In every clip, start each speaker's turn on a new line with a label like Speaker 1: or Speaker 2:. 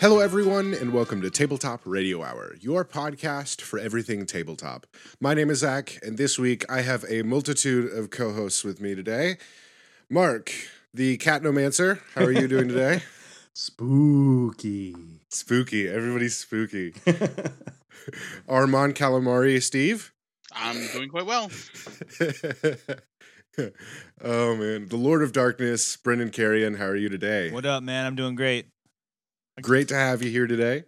Speaker 1: Hello, everyone, and welcome to Tabletop Radio Hour, your podcast for everything tabletop. My name is Zach, and this week I have a multitude of co hosts with me today. Mark, the Catnomancer, how are you doing today?
Speaker 2: Spooky.
Speaker 1: spooky. Everybody's spooky. Armand Calamari, Steve.
Speaker 3: I'm doing quite well.
Speaker 1: oh, man. The Lord of Darkness, Brendan Carrion, how are you today?
Speaker 4: What up, man? I'm doing great.
Speaker 1: great to have you here today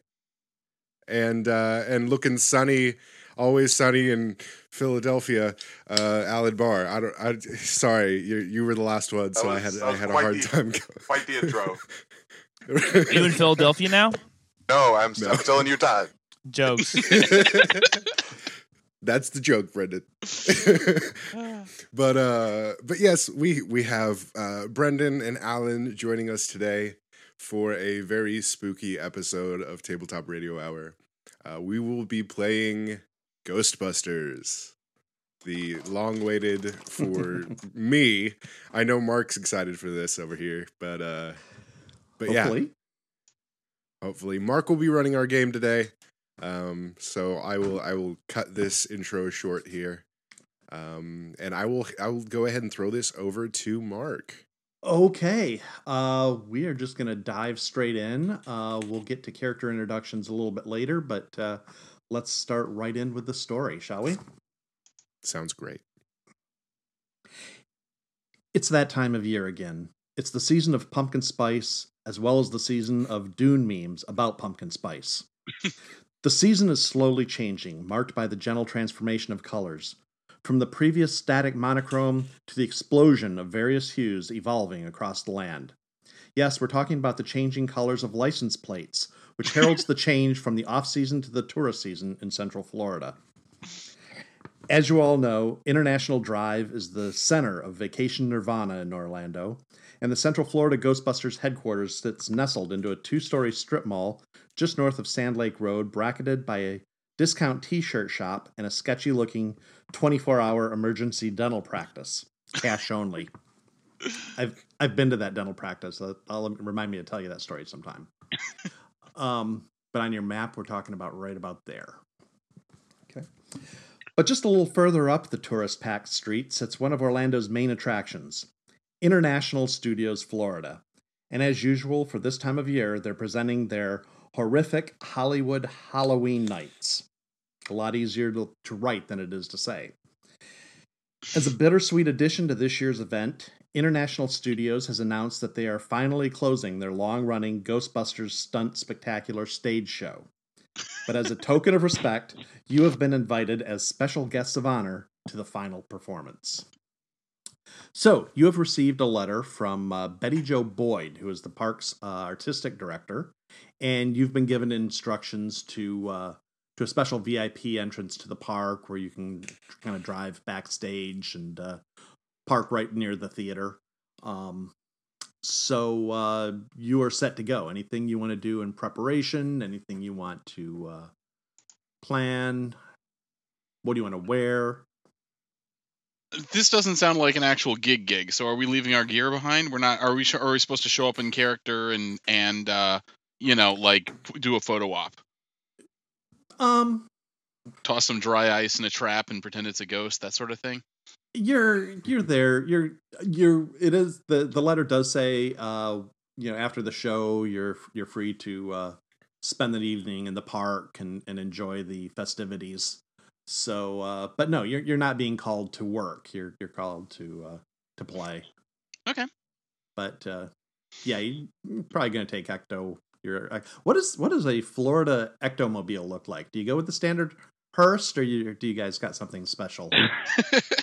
Speaker 1: and uh and looking sunny always sunny in philadelphia uh alad bar i don't i sorry you you were the last one so i
Speaker 5: was-
Speaker 1: had
Speaker 5: that
Speaker 1: i
Speaker 5: was
Speaker 1: had a
Speaker 5: quite
Speaker 1: hard
Speaker 5: the-
Speaker 1: time
Speaker 5: Quite the intro.
Speaker 4: Are you in Philadelphia now?
Speaker 5: No, I'm,
Speaker 1: No.
Speaker 5: I'm still in Utah.
Speaker 4: Jokes.
Speaker 1: that's the joke brendan but uh but yes we we have uh brendan and alan joining us today for a very spooky episode of tabletop radio hour uh, we will be playing ghostbusters the long waited for me i know mark's excited for this over here but uh but yeah
Speaker 2: Hopefully.
Speaker 1: hopefully mark will be running our game today um so i will i will cut this intro short here um and i will i will go ahead and throw this over to mark
Speaker 2: Okay. Uh, we are just going to dive straight in. Uh, we'll get to character introductions a little bit later, but uh, let's start right in with the story, shall we?
Speaker 1: sounds great
Speaker 2: It's that time of year again. It's the season of pumpkin spice, as well as the season of Dune memes about pumpkin spice. the season is slowly changing, marked by the gentle transformation of colors, from the previous static monochrome to the explosion of various hues evolving across the land. Yes, we're talking about the changing colors of license plates, which heralds the change from the off season to the tourist season in central Florida. As you all know, International Drive is the center of Vacation Nirvana in Orlando, and the Central Florida Ghostbusters headquarters sits nestled into a two story strip mall just north of Sand Lake Road, bracketed by a discount t shirt shop and a sketchy looking 24 hour emergency dental practice, cash only. I've, I've been to that dental practice. I'll, I'll- remind me to tell you that story sometime. um, but on your map, we're talking about right about there. But just a little further up the tourist packed streets, it's one of Orlando's main attractions International Studios Florida. And as usual, for this time of year, they're presenting their horrific Hollywood Halloween nights. A lot easier to, to write than it is to say. As a bittersweet addition to this year's event, International Studios has announced that they are finally closing their long running Ghostbusters Stunt Spectacular stage show. But as a token of respect, you have been invited as special guests of honor to the final performance. So, you have received a letter from uh, Betty Jo Boyd, who is the park's uh, artistic director, and you've been given instructions to uh, to a special VIP entrance to the park where you can kind of drive backstage and uh, park right near the theater. Um, so uh, you are set to go. Anything you want to do in preparation? Anything you want to uh, plan? What do you want to wear?
Speaker 3: This doesn't sound like an actual gig gig. So are we leaving our gear behind? We're not. Are we? Are we supposed to show up in character and and uh, you know like p- do a photo op,
Speaker 2: Um,
Speaker 3: toss some dry ice in a trap and pretend it's a ghost, that sort of thing?
Speaker 2: you're you're there. You're you're. It is the the letter does say. Uh, you know, after the show, you're you're free to uh, spend the evening in the park and and enjoy the festivities. So, uh, but no, you're you're not being called to work. You're you're called to uh, to play.
Speaker 3: Okay.
Speaker 2: but uh, yeah, you- you're probably gonna take ecto. Your what is what does a Florida ectomobile look like? Do you go with the standard Hearst, or you, or do you guys got something special?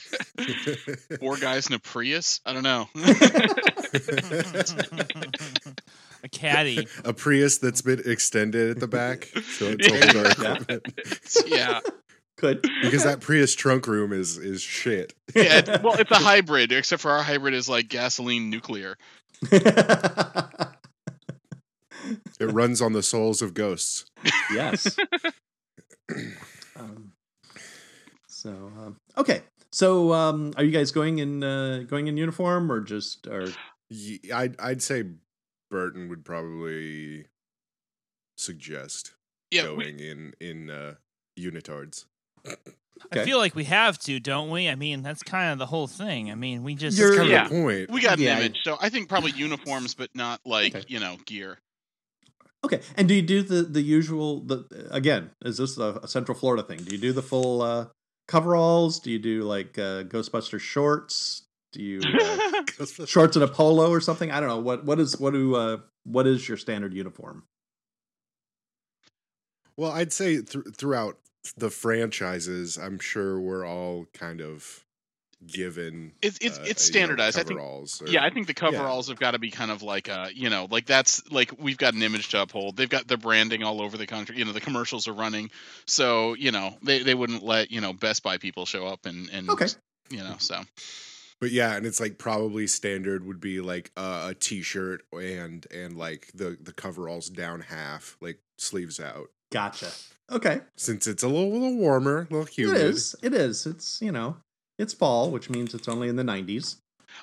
Speaker 3: Four guys in a Prius. I don't know.
Speaker 4: a caddy.
Speaker 1: a Prius that's been extended at the back, so it's all of our
Speaker 2: Yeah.
Speaker 1: equipment.
Speaker 3: yeah.
Speaker 2: Good.
Speaker 1: Because that Prius trunk room is is shit.
Speaker 3: Yeah. it- Well, it's a hybrid, except for our hybrid is like gasoline nuclear.
Speaker 1: It runs on the souls of ghosts.
Speaker 2: yes. um, so um, okay. So um, are you guys going in uh, going in uniform or just or
Speaker 1: Ye- I'd I'd say Burton would probably suggest
Speaker 3: Yeah. we-
Speaker 1: going in in uh, unitards.
Speaker 4: I
Speaker 2: Okay.
Speaker 4: feel like we have to, don't we? I mean, that's kind of the whole thing. I mean, we just
Speaker 1: That's kind
Speaker 3: yeah.
Speaker 1: of the point.
Speaker 3: We got an
Speaker 2: Yeah.
Speaker 3: image, so I think probably uniforms, but not like
Speaker 2: Okay.
Speaker 3: you know gear.
Speaker 2: okay? And do you do the the usual? The again, is this a, a Central Florida thing? Do you do the full uh, coveralls? Do you do like uh, Ghostbuster shorts? Do you uh, shorts and a polo or something? I don't know what what is what do uh, what is your standard uniform?
Speaker 1: Well, I'd say thr- throughout the franchises, I'm sure we're all kind of given.
Speaker 3: it's it's,
Speaker 1: uh,
Speaker 3: it's
Speaker 1: you know,
Speaker 3: standardized. I think
Speaker 1: coveralls or-
Speaker 3: Yeah, I think the coveralls have got to be kind of like uh, you know, like that's like we've got an image to uphold. They've got their branding all over the country. You know, the commercials are running, so you know they, they wouldn't let you know Best Buy people show up and and
Speaker 2: Okay.
Speaker 3: you know so
Speaker 1: But yeah, and it's like probably standard would be like uh, a t-shirt and and like the the coveralls down half, like sleeves out,
Speaker 2: Gotcha. Okay.
Speaker 1: since it's a little, little warmer, a little humid.
Speaker 2: It is. It is. It's you know, it's fall, which means it's only in the nineties.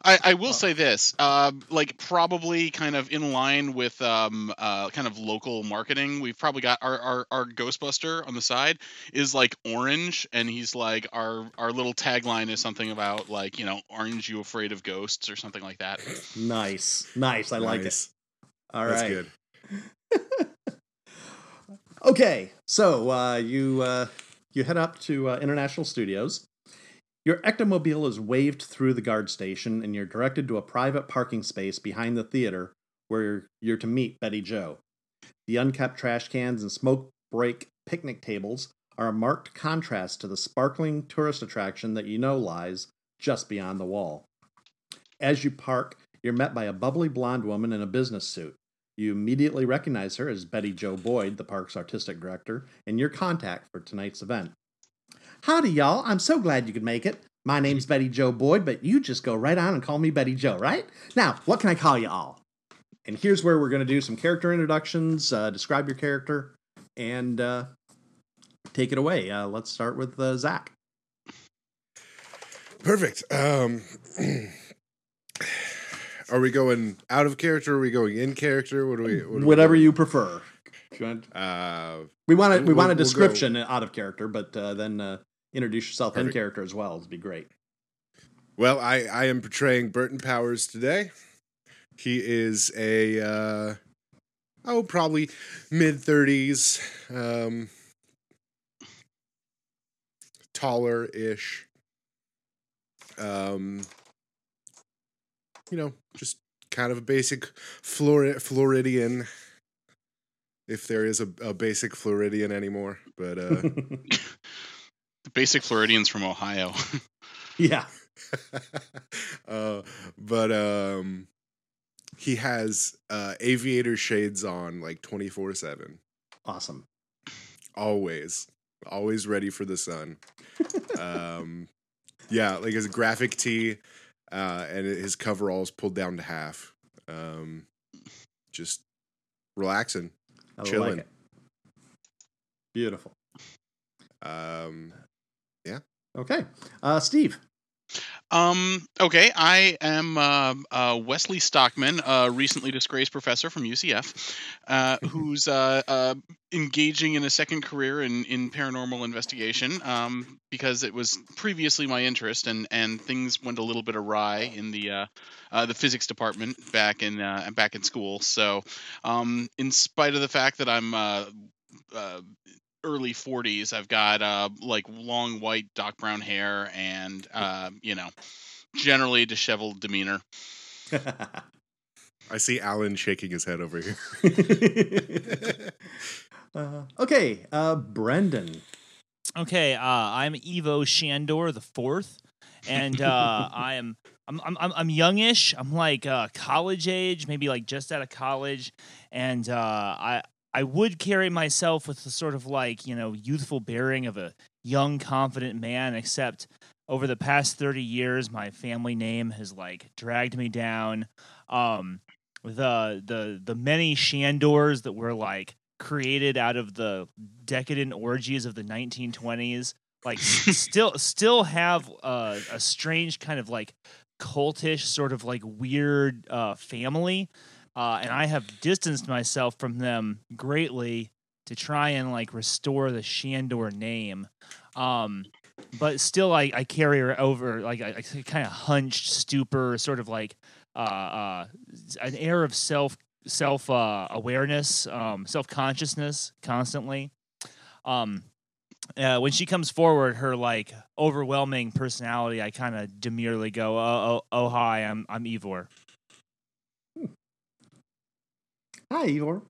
Speaker 3: I, I will say this, uh, like probably kind of in line with um, uh, kind of local marketing. We've probably got our, our, our Ghostbuster on the side is like orange, and he's like our our little tagline is something about like you know, "Aren't you afraid of ghosts?" or something like that.
Speaker 2: Nice, nice. I like it.
Speaker 1: Nice.
Speaker 2: All right.
Speaker 1: That's good.
Speaker 2: Okay, so uh, you uh, you head up to uh, International Studios. Your ectomobile is waved through the guard station, and you're directed to a private parking space behind the theater, where you're, you're to meet Betty Joe. The unkept trash cans and smoke break picnic tables are a marked contrast to the sparkling tourist attraction that you know lies just beyond the wall. As you park, you're met by a bubbly blonde woman in a business suit. You immediately recognize her as Betty Joe Boyd, the park's artistic director, and your contact for tonight's event. Howdy, y'all. I'm so glad you could make it. My name's Betty Joe Boyd, but you just go right on and call me Betty Joe, right? Now, what can I call you all? And here's where we're going to do some character introductions, uh, describe your character, and uh, take it away. Uh, let's start with uh, Zach.
Speaker 1: Perfect. Um, are we going out of character? Are we going in character? What do we? What do we
Speaker 2: Whatever
Speaker 1: do?
Speaker 2: you prefer. If you want-
Speaker 1: Uh,
Speaker 2: We want a, we
Speaker 1: We'll-
Speaker 2: want
Speaker 1: we'll
Speaker 2: a
Speaker 1: go-
Speaker 2: description out of character, but uh, then uh, introduce yourself in
Speaker 1: Perfect.
Speaker 2: character as well. It'd be great.
Speaker 1: Well, I, I am portraying Burton Powers today. He is a, uh, oh, probably mid 30s, um, taller ish. Um, you know, just kind of a basic Flor- Floridian, if there is a, a basic Floridian anymore. But uh,
Speaker 3: The basic Floridians from Ohio.
Speaker 2: yeah.
Speaker 1: uh, but um, he has uh, aviator shades on like 24 7,
Speaker 2: Awesome.
Speaker 1: always, always ready for the sun. um, yeah, like his graphic tee uh, and his coveralls pulled down to half. Um, just relaxing.
Speaker 2: I like
Speaker 1: Chillin'.
Speaker 2: it. Beautiful.
Speaker 1: Um,
Speaker 2: Okay. Uh, Steve.
Speaker 3: Um, okay, I am uh, uh, Wesley Stockman, a recently disgraced professor from UCF, uh, who's uh, uh, engaging in a second career in, in paranormal investigation um, because it was previously my interest, and, and things went a little bit awry in the uh, uh, the physics department back in uh, back in school. So, um, in spite of the fact that I'm uh, uh, early 40s, I've got uh, like long white Doc Brown hair and uh, you know generally disheveled demeanor.
Speaker 1: I see Alan shaking his head over here.
Speaker 2: uh, okay. Uh, Brendan.
Speaker 4: Okay, uh, I'm Evo Shandor the fourth. and uh, I am I'm, I'm I'm I'm youngish. I'm like uh, college age, maybe like just out of college, and uh, I I would carry myself with the sort of like you know youthful bearing of a young confident man, except over the past thirty years, my family name has like dragged me down. Um, the the the many Shandors that were like created out of the decadent orgies of the 1920s like s- still still have uh, a strange kind of like cultish sort of like weird uh, family uh, and i have distanced myself from them greatly to try and like restore the shandor name um but still i, I carry her over like I, I kind of hunched stupor sort of like uh, uh an air of self self uh, awareness um self consciousness constantly um uh, when she comes forward, her like overwhelming personality, I kind of demurely go, "Oh, oh, oh, hi, I'm I'm Ivor."
Speaker 2: Hi, Ivor.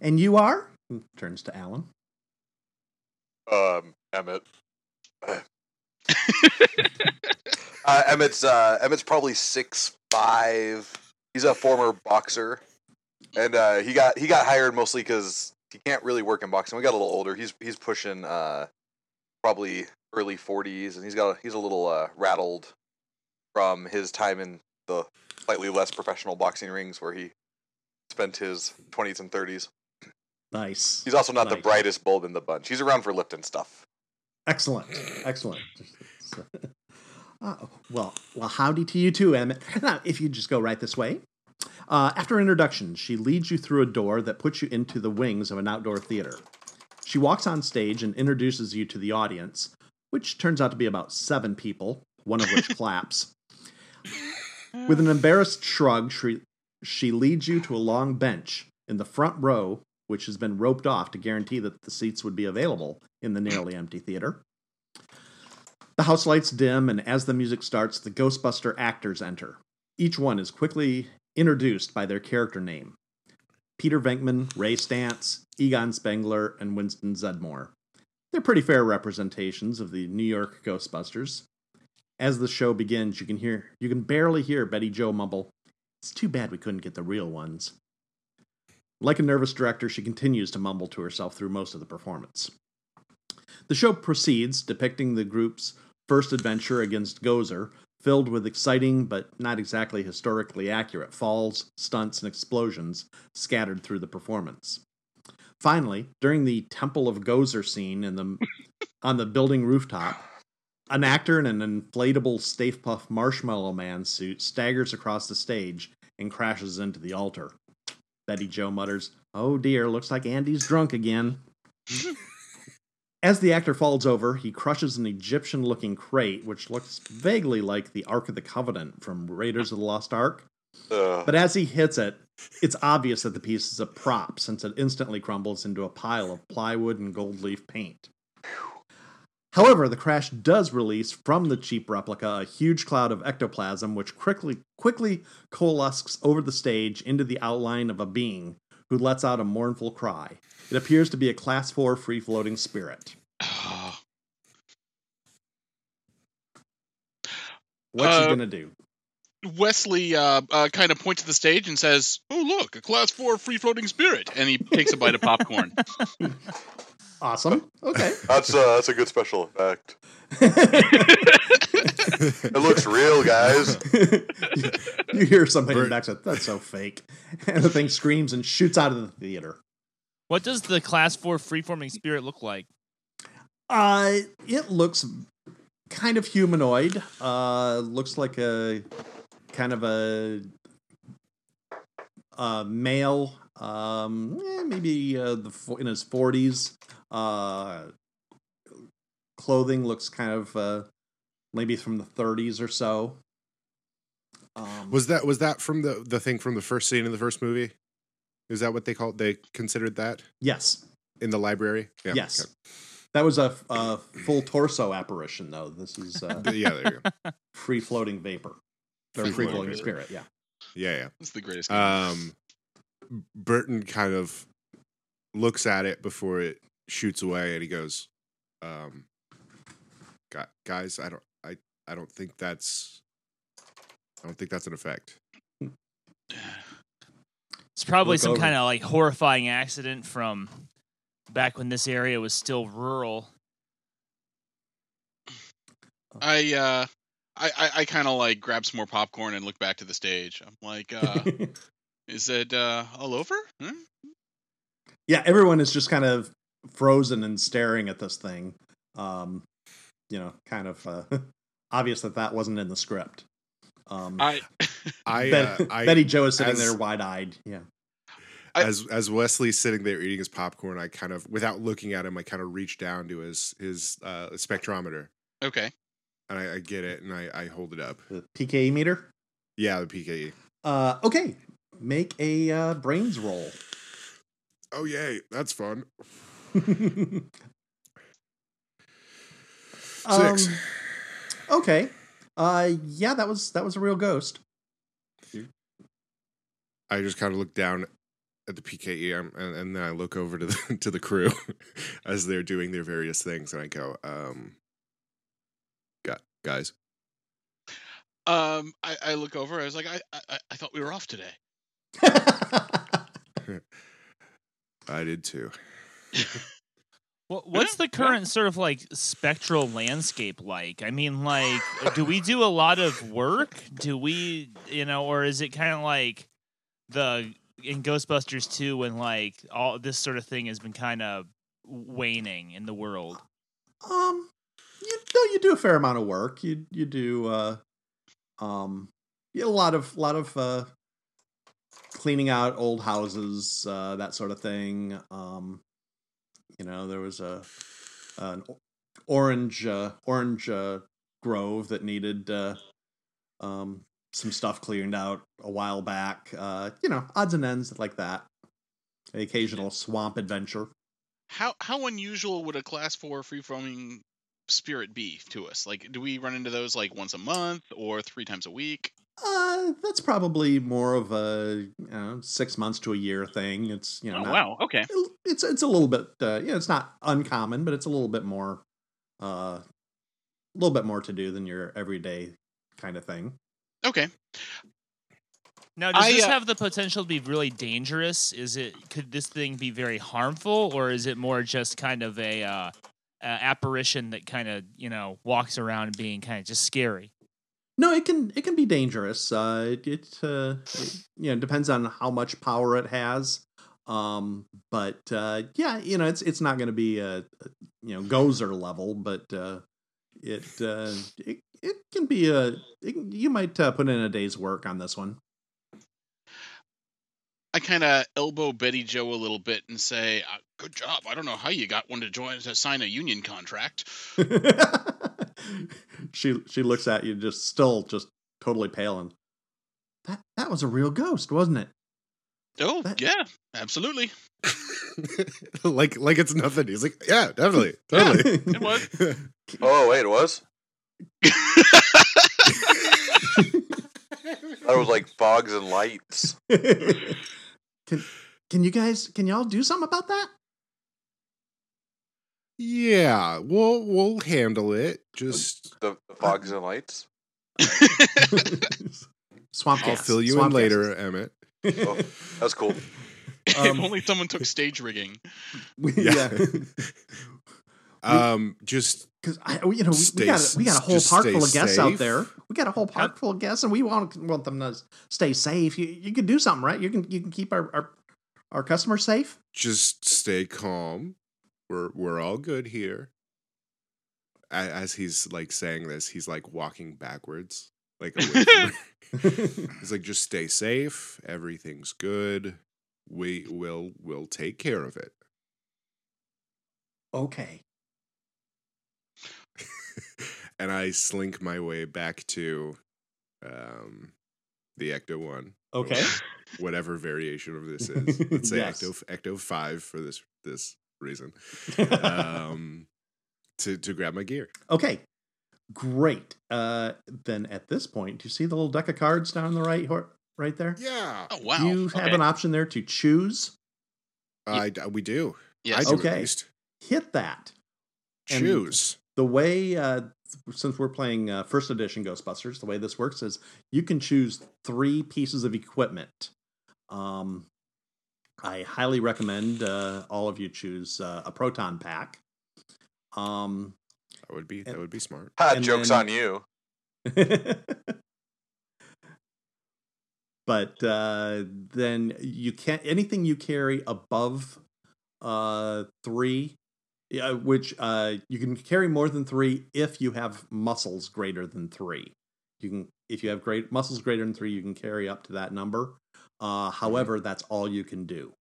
Speaker 2: And you are? Turns to Alan.
Speaker 5: Um, Emmett. uh, Emmett's uh, Emmett's probably six five. He's a former boxer, and uh, he got he got hired mostly because he can't really work in boxing. We got a little older. He's he's pushing uh, probably early forties, and he's got he's a little uh, rattled from his time in the slightly less professional boxing rings where he spent his twenties and thirties.
Speaker 2: Nice.
Speaker 5: He's also not the
Speaker 2: Nice.
Speaker 5: brightest bulb in the bunch. He's around for Lipton stuff.
Speaker 2: Excellent. Excellent. So- Uh, well, well, howdy to you too, Emmett. Now, if you just go right this way. Uh, after introduction, she leads you through a door that puts you into the wings of an outdoor theater. She walks on stage and introduces you to the audience, which turns out to be about seven people, one of which claps. With an embarrassed shrug, she, she leads you to a long bench in the front row, which has been roped off to guarantee that the seats would be available in the nearly empty theater. The house lights dim, and as the music starts, the Ghostbuster actors enter. Each one is quickly introduced by their character name Peter Venkman, Ray Stantz, Egon Spengler, and Winston Zedmore. They're pretty fair representations of the New York Ghostbusters. As the show begins, you can hear you can barely hear Betty Joe mumble, "It's too bad we couldn't get the real ones." Like a nervous director, she continues to mumble to herself through most of the performance. The show proceeds, depicting the group's first adventure against Gozer, filled with exciting but not exactly historically accurate falls, stunts, and explosions scattered through the performance. Finally, during the Temple of Gozer scene in the, on the building rooftop, an actor in an inflatable Stave Puff Marshmallow Man suit staggers across the stage and crashes into the altar. Betty Joe mutters, Oh dear, looks like Andy's drunk again. As the actor falls over, he crushes an Egyptian looking crate, which looks vaguely like the Ark of the Covenant from Raiders of the Lost Ark.
Speaker 5: Ugh.
Speaker 2: But as he hits it, it's obvious that the piece is a prop since it instantly crumbles into a pile of plywood and gold leaf paint. However, the crash does release from the cheap replica a huge cloud of ectoplasm, which quickly quickly coalesces over the stage into the outline of a being who lets out a mournful cry. It appears to be a class four free floating spirit. What's he
Speaker 3: Uh,
Speaker 2: gonna do?
Speaker 3: Wesley uh, uh, kind of points at the stage and says, "Oh, look, a class four free floating spirit," and he takes a bite of popcorn.
Speaker 2: Awesome. Okay.
Speaker 5: That's uh, that's a good special effect. It looks real, guys.
Speaker 2: you hear something in
Speaker 1: Bert-
Speaker 2: the back said, That's so fake. And the thing screams and shoots out of the theater.
Speaker 4: What does the class four freeforming spirit look like?
Speaker 2: Uh, it looks kind of humanoid. Uh, looks like a kind of a, a male, um, eh, maybe uh, the fo- in his forties. Uh, clothing looks kind of uh, maybe from the thirties or so. Um,
Speaker 1: Was that was that from the the thing from the first scene in the first movie? Is that what they called? They considered that
Speaker 2: yes,
Speaker 1: in the library. Yeah,
Speaker 2: yes.
Speaker 1: okay.
Speaker 2: That was a, f- a full torso apparition, though. This is uh,
Speaker 1: Th- Yeah. There you go.
Speaker 2: free floating vapor, or free
Speaker 1: Free-floating
Speaker 2: floating
Speaker 1: vapor.
Speaker 2: spirit. Yeah.
Speaker 1: Yeah. Yeah.
Speaker 3: That's the greatest.
Speaker 1: Um, Burton kind of looks at it before it shoots away, and he goes, um, "Gu- "Guys, I don't, I, I don't think that's I don't think that's an effect.
Speaker 4: It's probably
Speaker 2: Look
Speaker 4: some
Speaker 2: over.
Speaker 4: kind of like horrifying accident from back when this area was still rural.
Speaker 3: I uh I I, I kind of like grab some more popcorn and look back to the stage. I'm like, uh, is it uh all over? Hmm?
Speaker 2: yeah, everyone is just kind of frozen and staring at this thing. Um, you know, kind of uh, obvious that that wasn't in the script. Um,
Speaker 3: I
Speaker 1: I,
Speaker 2: Bet-
Speaker 1: uh, I
Speaker 2: Betty Joe is sitting
Speaker 1: as-
Speaker 2: there wide-eyed. Yeah,
Speaker 3: I-
Speaker 1: as as Wesley's sitting there eating his popcorn, I kind of without looking at him, I kind of reach down to his his uh, spectrometer
Speaker 3: okay.
Speaker 1: and I, I get it and I, I hold it up.
Speaker 2: the PKE meter.
Speaker 1: Yeah, the E. PKE.
Speaker 2: Uh, okay, make a uh, brains roll.
Speaker 1: Oh yay, that's fun. Six.
Speaker 2: Um, okay. Uh, yeah, that was that was a real ghost.
Speaker 1: I just kind of look down at the PKE um, and, and then I look over to the to the crew as they're doing their various things and I go, um, "Gu- guys,
Speaker 3: Um, I, I look over. I was like, I, I I thought we were off today.
Speaker 2: Um,
Speaker 1: I did too.
Speaker 4: What, what's the current sort of like spectral landscape like? I mean, like, do we do a lot of work? Do we, you know, or is it kind of like the in Ghostbusters 2 when like all this sort of thing has been kind of waning in the world?
Speaker 2: um, you no, you do a fair amount of work. You you do uh, um, you get a lot of lot of uh, cleaning out old houses, uh, that sort of thing. Um, you know, there was a an o- orange uh, orange uh, grove that needed uh, um some stuff cleaned out a while back. Uh, you know, odds and ends like that. The occasional swamp adventure.
Speaker 3: How how unusual would a class four free forming spirit be to us? Like, do we run into those like once a month or three times a week?
Speaker 2: Uh, that's probably more of a you know, six months to a year thing. It's you know,
Speaker 3: Oh,
Speaker 2: not-
Speaker 3: Okay.
Speaker 2: it's it's a little bit uh, yeah, it's not uncommon, but it's a little bit more, uh, a little bit more to do than your everyday kind of thing.
Speaker 3: Okay.
Speaker 4: Now, does
Speaker 3: I,
Speaker 4: this
Speaker 3: uh,
Speaker 4: have the potential to be really dangerous? Is it could this thing be very harmful, or is it more just kind of a uh, uh, apparition that kind of you know walks around being kind of just scary?
Speaker 2: No, it can it can be dangerous. Uh, it it, uh, it you know depends on how much power it has. Um, but uh, yeah, you know it's it's not going to be a, a, you know Gozer level, but uh, it, uh, it it can be a it, can- you might uh, put in a day's work on this one.
Speaker 3: I kind of elbow Betty Joe a little bit and say, uh, "Good job. I don't know how you got one to join to sign a union contract."
Speaker 2: she she looks at you just still just totally pale and that that was a real ghost, wasn't it?
Speaker 3: Oh
Speaker 2: That-
Speaker 3: yeah, absolutely.
Speaker 1: like like it's nothing." He's like, "Yeah, definitely, totally."
Speaker 3: It was.
Speaker 5: Oh wait, it was. That was like fogs and lights.
Speaker 2: can can you guys can y'all do something about that?
Speaker 1: yeah, we'll we'll handle it. Just
Speaker 5: The, the fogs and lights.
Speaker 2: Swamp
Speaker 1: I'll
Speaker 2: gas.
Speaker 1: fill you in
Speaker 2: swamp
Speaker 1: later, Emmett.
Speaker 2: gas.
Speaker 5: Oh, That's cool.
Speaker 3: if
Speaker 2: Um,
Speaker 3: only someone took stage rigging.
Speaker 2: we, yeah,
Speaker 1: Yeah. um, just
Speaker 2: because you know we, we
Speaker 1: Stay
Speaker 2: got
Speaker 1: s-
Speaker 2: a, we got a whole
Speaker 1: just
Speaker 2: park
Speaker 1: stay
Speaker 2: full of guests out
Speaker 1: safe.
Speaker 2: there. We got a whole park full of guests, and we want want them to s- stay safe. You you can do something, right? You can you can keep our our, our customers safe.
Speaker 1: just stay calm. We're we're all good here. A- As he's like saying this, he's like walking backwards, like away from He's like, just stay safe. Everything's good. We will will take care of it.
Speaker 2: okay.
Speaker 1: And I slink my way back to um the Ecto One. or
Speaker 2: Okay.
Speaker 1: Whatever variation of this is. Let's say
Speaker 2: Yes.
Speaker 1: Ecto Ecto Five for this this reason. Um to to grab my gear.
Speaker 2: Okay. Great. Uh, then at this point, do you see the little deck of cards down on the right, hor- right there?
Speaker 1: Yeah.
Speaker 3: Oh wow.
Speaker 2: You have
Speaker 3: Okay.
Speaker 2: an option there to choose,
Speaker 1: I, I- we do.
Speaker 3: Yes.
Speaker 1: I do
Speaker 2: Okay.
Speaker 1: at least.
Speaker 2: hit that. And-
Speaker 1: Choose.
Speaker 2: The way uh, since we're playing uh, first edition Ghostbusters, the way this works is you can choose three pieces of equipment. Um, I highly recommend uh, all of you choose uh, a proton pack. Um,
Speaker 1: That would be that would be smart.
Speaker 5: Ha,
Speaker 2: And
Speaker 5: jokes
Speaker 2: then-
Speaker 5: on you.
Speaker 2: but uh, then you can't anything you carry above uh, three, yeah, which uh, you can carry more than three if you have muscles greater than three. You can if you have great muscles greater than three, you can carry up to that number. Uh, however, that's all you can do.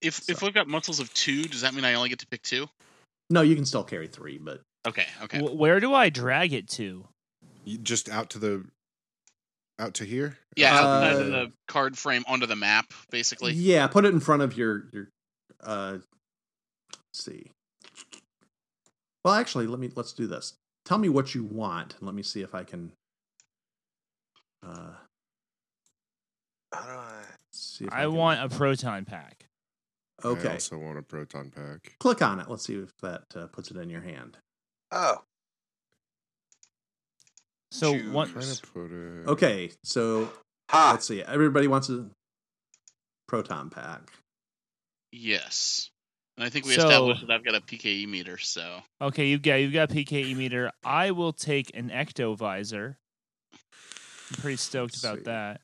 Speaker 3: If if
Speaker 2: So-
Speaker 3: I've got muscles of two, does that mean I only get to pick two?
Speaker 2: No, you can still carry three, but
Speaker 3: Okay, okay.
Speaker 4: W- where do I drag it to?
Speaker 1: You just out to the out to here.
Speaker 3: yeah, outside
Speaker 2: uh,
Speaker 3: of the card frame onto the map, basically.
Speaker 2: yeah, put it in front of your your. Uh, let's see. Well, actually, let me let's do this. Tell me what you want, and let me see if I can. Uh,
Speaker 5: How do I?
Speaker 2: see if
Speaker 4: I
Speaker 2: can-
Speaker 4: want a proton pack.
Speaker 1: I
Speaker 2: Uh, Okay,
Speaker 1: also want a proton pack.
Speaker 2: click on it. Let's see if that uh, puts it in your hand.
Speaker 5: Oh,
Speaker 4: So
Speaker 5: Choose.
Speaker 4: one,
Speaker 1: Trying to put it.
Speaker 2: Okay, so
Speaker 5: ha.
Speaker 2: let's see. Everybody wants a proton pack.
Speaker 3: Yes. And I think we
Speaker 4: So-
Speaker 3: established that I've got a PKE meter, so
Speaker 4: okay, you've got you've got PKE meter. I will take an ecto visor. I'm pretty stoked
Speaker 1: Let's
Speaker 4: about
Speaker 1: see.
Speaker 4: that.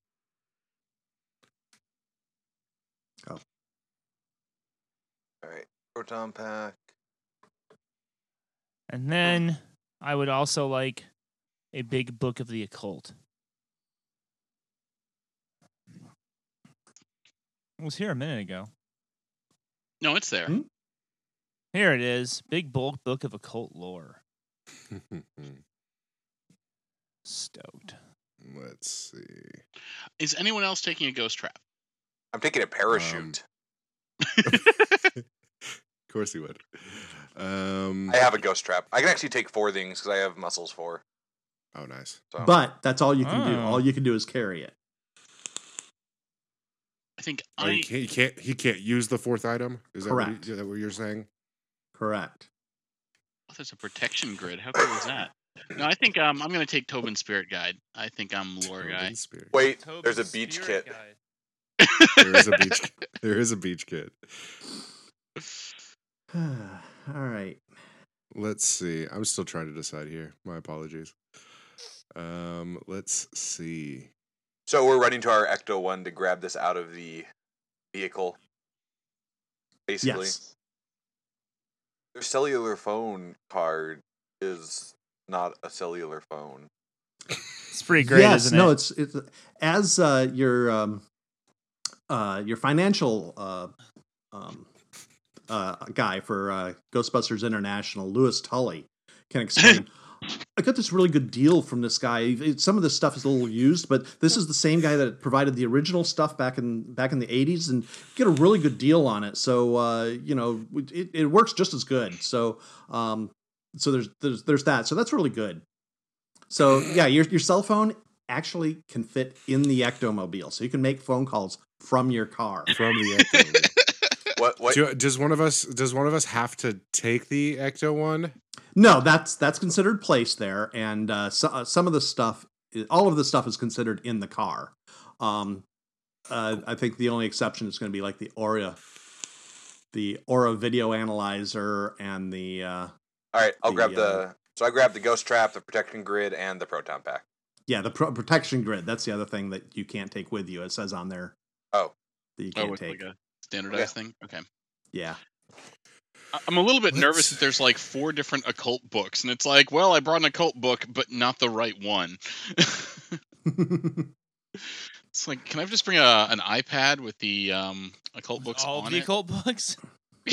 Speaker 5: All right, proton pack.
Speaker 4: And then I would also like a big book of the occult. It was here a minute ago.
Speaker 3: no, it's there.
Speaker 2: Hmm?
Speaker 4: Here it is. Big bulk book of occult lore. Stoked.
Speaker 1: Let's see.
Speaker 3: Is anyone else taking a ghost trap?
Speaker 5: I'm taking a parachute.
Speaker 1: Of course he would. Um,
Speaker 5: I have a ghost trap. I can actually take four things because I have muscles for.
Speaker 1: oh, nice.
Speaker 5: So.
Speaker 2: But that's all you can do.
Speaker 4: Oh.
Speaker 2: All you can do is carry it.
Speaker 3: I think
Speaker 1: Oh,
Speaker 3: I
Speaker 1: he can't. He can't. He can't use the fourth item. Is that what,
Speaker 2: Correct.
Speaker 1: you, is that what you're saying?
Speaker 2: Correct.
Speaker 3: oh, there's a protection grid. How cool is that? No, I think um, I'm gonna take Tobin's spirit guide. I think I'm lore guy.
Speaker 1: Golden Spirit.
Speaker 5: wait, there's a beach kit.
Speaker 1: There is a beach. there is a beach kit.
Speaker 2: all right.
Speaker 1: Let's see. I'm still trying to decide here. My apologies. Um, let's see.
Speaker 5: So we're running to our Ecto one to grab this out of the vehicle. Basically,
Speaker 2: Yes.
Speaker 5: their cellular phone card is not a cellular phone.
Speaker 4: It's pretty great,
Speaker 2: yes,
Speaker 4: isn't
Speaker 2: no,
Speaker 4: it?
Speaker 2: it's it's as uh, your um, uh, your financial uh, um, uh, guy for uh, Ghostbusters International, Lewis Tully, can explain. I got this really good deal from this guy. It- Some of this stuff is a little used, but this is the same guy that provided the original stuff back in back in the '80s, and get a really good deal on it. So uh, you know, it, it works just as good. So um, so there's there's there's that. So that's really good. So yeah, your your cell phone actually can fit in the ectomobile, so you can make phone calls from your car.
Speaker 1: From the Ecto.
Speaker 5: What? What?
Speaker 1: Do- does one of us? Does one of us have to take the Ecto one?
Speaker 2: No, that's that's considered place there, and uh, so, uh, some of the stuff, all of the stuff is considered in the car. Um, uh, I think the only exception is going to be like the Aura, the Aura video analyzer, and the uh,
Speaker 5: All right, I'll
Speaker 2: The,
Speaker 5: grab
Speaker 2: uh,
Speaker 5: the. So I grabbed the ghost trap, the protection grid, and the proton pack.
Speaker 2: yeah, the pro- protection grid. That's the other thing that you can't take with you. It says on there.
Speaker 5: Oh.
Speaker 2: that you can't
Speaker 3: Oh, it's
Speaker 2: take.
Speaker 3: like a standardized thing. Okay.
Speaker 2: yeah,
Speaker 3: I- I'm a little bit nervous
Speaker 1: Let's-
Speaker 3: that there's like four different occult books, and it's like, well, I brought an occult book, but not the right one. it's like, can I just bring a, an iPad with the um, occult books
Speaker 4: All
Speaker 3: on
Speaker 4: the
Speaker 3: it?
Speaker 4: occult books.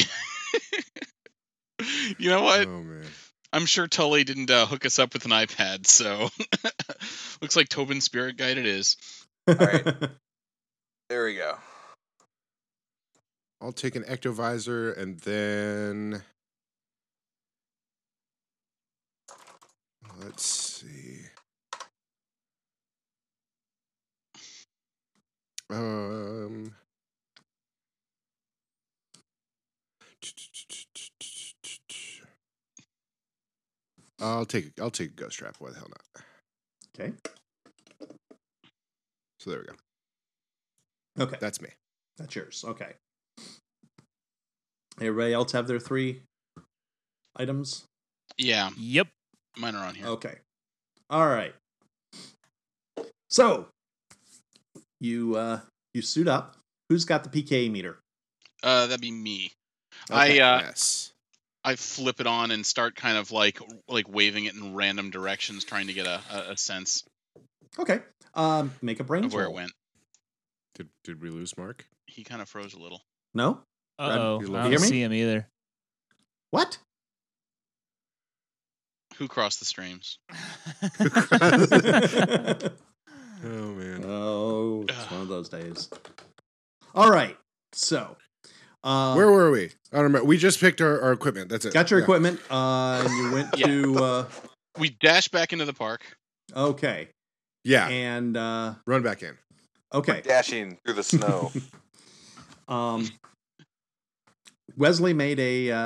Speaker 3: you know what?
Speaker 1: oh man.
Speaker 3: I'm sure Tully didn't uh, hook us up with an iPad, so looks like Tobin's spirit guide it is.
Speaker 5: right. There we go.
Speaker 1: I'll take an ectovisor and then let's see. Um I'll take I'll take a ghost trap. Why the hell not?
Speaker 2: Okay.
Speaker 1: So there we go.
Speaker 2: Okay.
Speaker 1: That's me.
Speaker 2: That's yours. Okay. Everybody else have their three items?
Speaker 3: Yeah,
Speaker 4: Yep.
Speaker 3: mine are on
Speaker 1: Oh.
Speaker 3: here.
Speaker 2: Okay. All right. So you uh you suit up. Who's got the PKA meter?
Speaker 3: Uh, that'd be me.
Speaker 2: Okay.
Speaker 3: I uh,
Speaker 1: yes.
Speaker 3: I flip it on and start kind of like like waving it in random directions, trying to get a, a, a sense
Speaker 2: Okay. Um make a brain
Speaker 3: of where it
Speaker 2: roll.
Speaker 3: went.
Speaker 1: Did did we lose Mark?
Speaker 3: He kind of froze a little.
Speaker 2: No?
Speaker 4: Uh oh.
Speaker 1: you
Speaker 4: I
Speaker 1: hear
Speaker 4: don't
Speaker 2: me?
Speaker 4: see him either.
Speaker 2: What?
Speaker 3: Who crossed the streams?
Speaker 1: Oh man.
Speaker 2: Oh, it's one of those days. All right. So, uh,
Speaker 1: Where were we? I don't remember. We just picked our, our equipment. That's it.
Speaker 2: got your
Speaker 1: Yeah.
Speaker 2: equipment, uh, and you went
Speaker 3: Yeah.
Speaker 2: to uh,
Speaker 3: We dash back into the park.
Speaker 2: okay,
Speaker 1: Yeah.
Speaker 2: and uh,
Speaker 1: Run back in.
Speaker 2: okay.
Speaker 5: Dashing through the snow.
Speaker 2: Um, Wesley made a uh,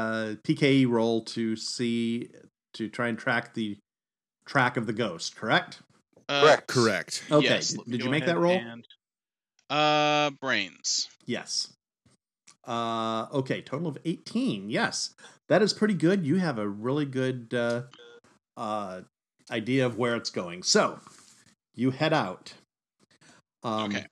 Speaker 2: PKE roll to see to try and track the track of the ghost. Correct.
Speaker 3: Uh,
Speaker 5: Correct.
Speaker 1: Correct.
Speaker 2: Okay,
Speaker 3: yes,
Speaker 2: did-
Speaker 3: let me
Speaker 2: did you
Speaker 3: go
Speaker 2: make that
Speaker 3: ahead
Speaker 2: roll?
Speaker 3: and- uh, brains.
Speaker 2: Yes. Uh, okay, total of 18. Yes. That is pretty good. You have a really good uh, uh, idea of where it's going. So you head out. Um,
Speaker 3: Okay.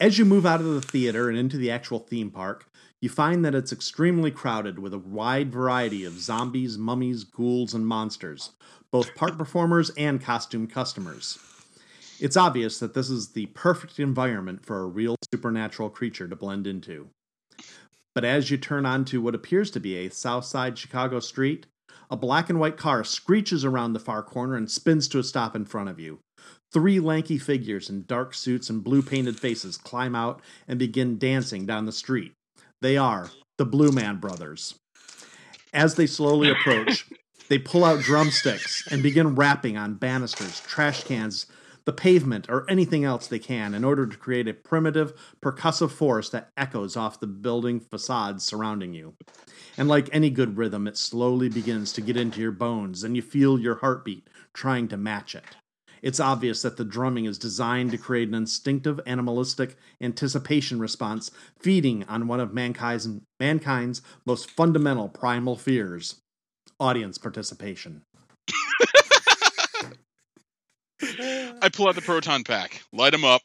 Speaker 2: As you move out of the theater and into the actual theme park, you find that it's extremely crowded with a wide variety of zombies, mummies, ghouls, and monsters, both park performers and costume customers. It's obvious that this is the perfect environment for a real supernatural creature to blend into. But as you turn onto what appears to be a South Side Chicago street, a black and white car screeches around the far corner and spins to a stop in front of you. Three lanky figures in dark suits and blue painted faces climb out and begin dancing down the street. They are the Blue Man Brothers. As they slowly approach, they pull out drumsticks and begin rapping on banisters, trash cans, the pavement, or anything else they can in order to create a primitive, percussive force that echoes off the building facades surrounding you. And like any good rhythm, it slowly begins to get into your bones, and you feel your heartbeat trying to match it. It's obvious that the drumming is designed to create an instinctive, animalistic anticipation response, feeding on one of mankind's, mankind's most fundamental primal fears audience participation.
Speaker 3: I pull out the proton pack, light them up.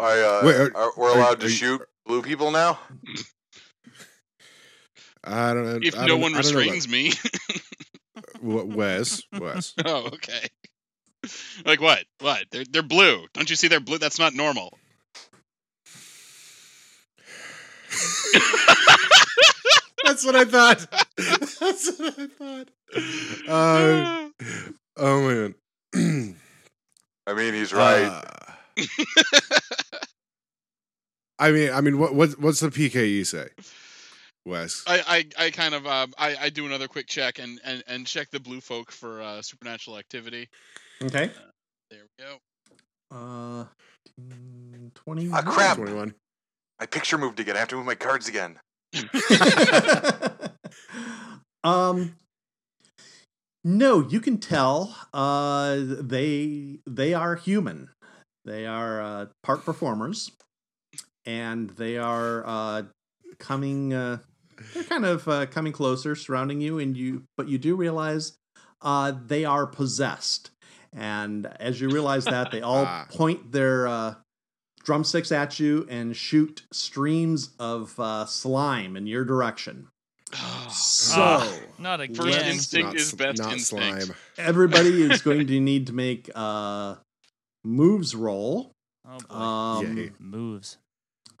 Speaker 5: I, uh,
Speaker 1: Wait, are-
Speaker 5: are, we're
Speaker 1: are-
Speaker 5: allowed to
Speaker 1: are you-
Speaker 5: shoot blue people now.
Speaker 1: I don't know.
Speaker 3: If
Speaker 1: I
Speaker 3: no
Speaker 1: don't- I don't
Speaker 3: one
Speaker 1: know
Speaker 3: restrains me.
Speaker 1: about- W- Wes, Wes.
Speaker 3: oh, okay. Like what? What? They're they're blue. Don't you see they're blue? That's not normal.
Speaker 1: That's what I thought. That's what I thought. Uh, oh man.
Speaker 5: I mean, he's right.
Speaker 1: Uh, I mean, I mean, what, what what's the PKE say, Wes?
Speaker 3: I, I, I kind of uh, I, I do another quick check and, and, and check the blue folk for uh, supernatural activity.
Speaker 2: Okay.
Speaker 3: There we go.
Speaker 2: Uh, 20.
Speaker 5: Ah, crap.
Speaker 1: Twenty-one.
Speaker 5: My picture moved again. I have to move my cards again.
Speaker 1: Ah,
Speaker 2: um, no, you can tell. Uh, they they are human. They are uh, park performers, and they are uh, coming. Uh, they're kind of uh, coming closer, surrounding you, and you. But you do realize uh, they are possessed. And as you realize that, they all
Speaker 1: Ah.
Speaker 2: point their uh, drumsticks at you and shoot streams of uh, slime in your direction. So
Speaker 4: Ah, not again.
Speaker 3: First
Speaker 2: Yes.
Speaker 3: instinct is
Speaker 1: sl-
Speaker 3: best instinct.
Speaker 1: slime.
Speaker 2: everybody is going to need to make uh, moves roll.
Speaker 4: Oh, boy.
Speaker 2: Um,
Speaker 1: Yay.
Speaker 4: moves.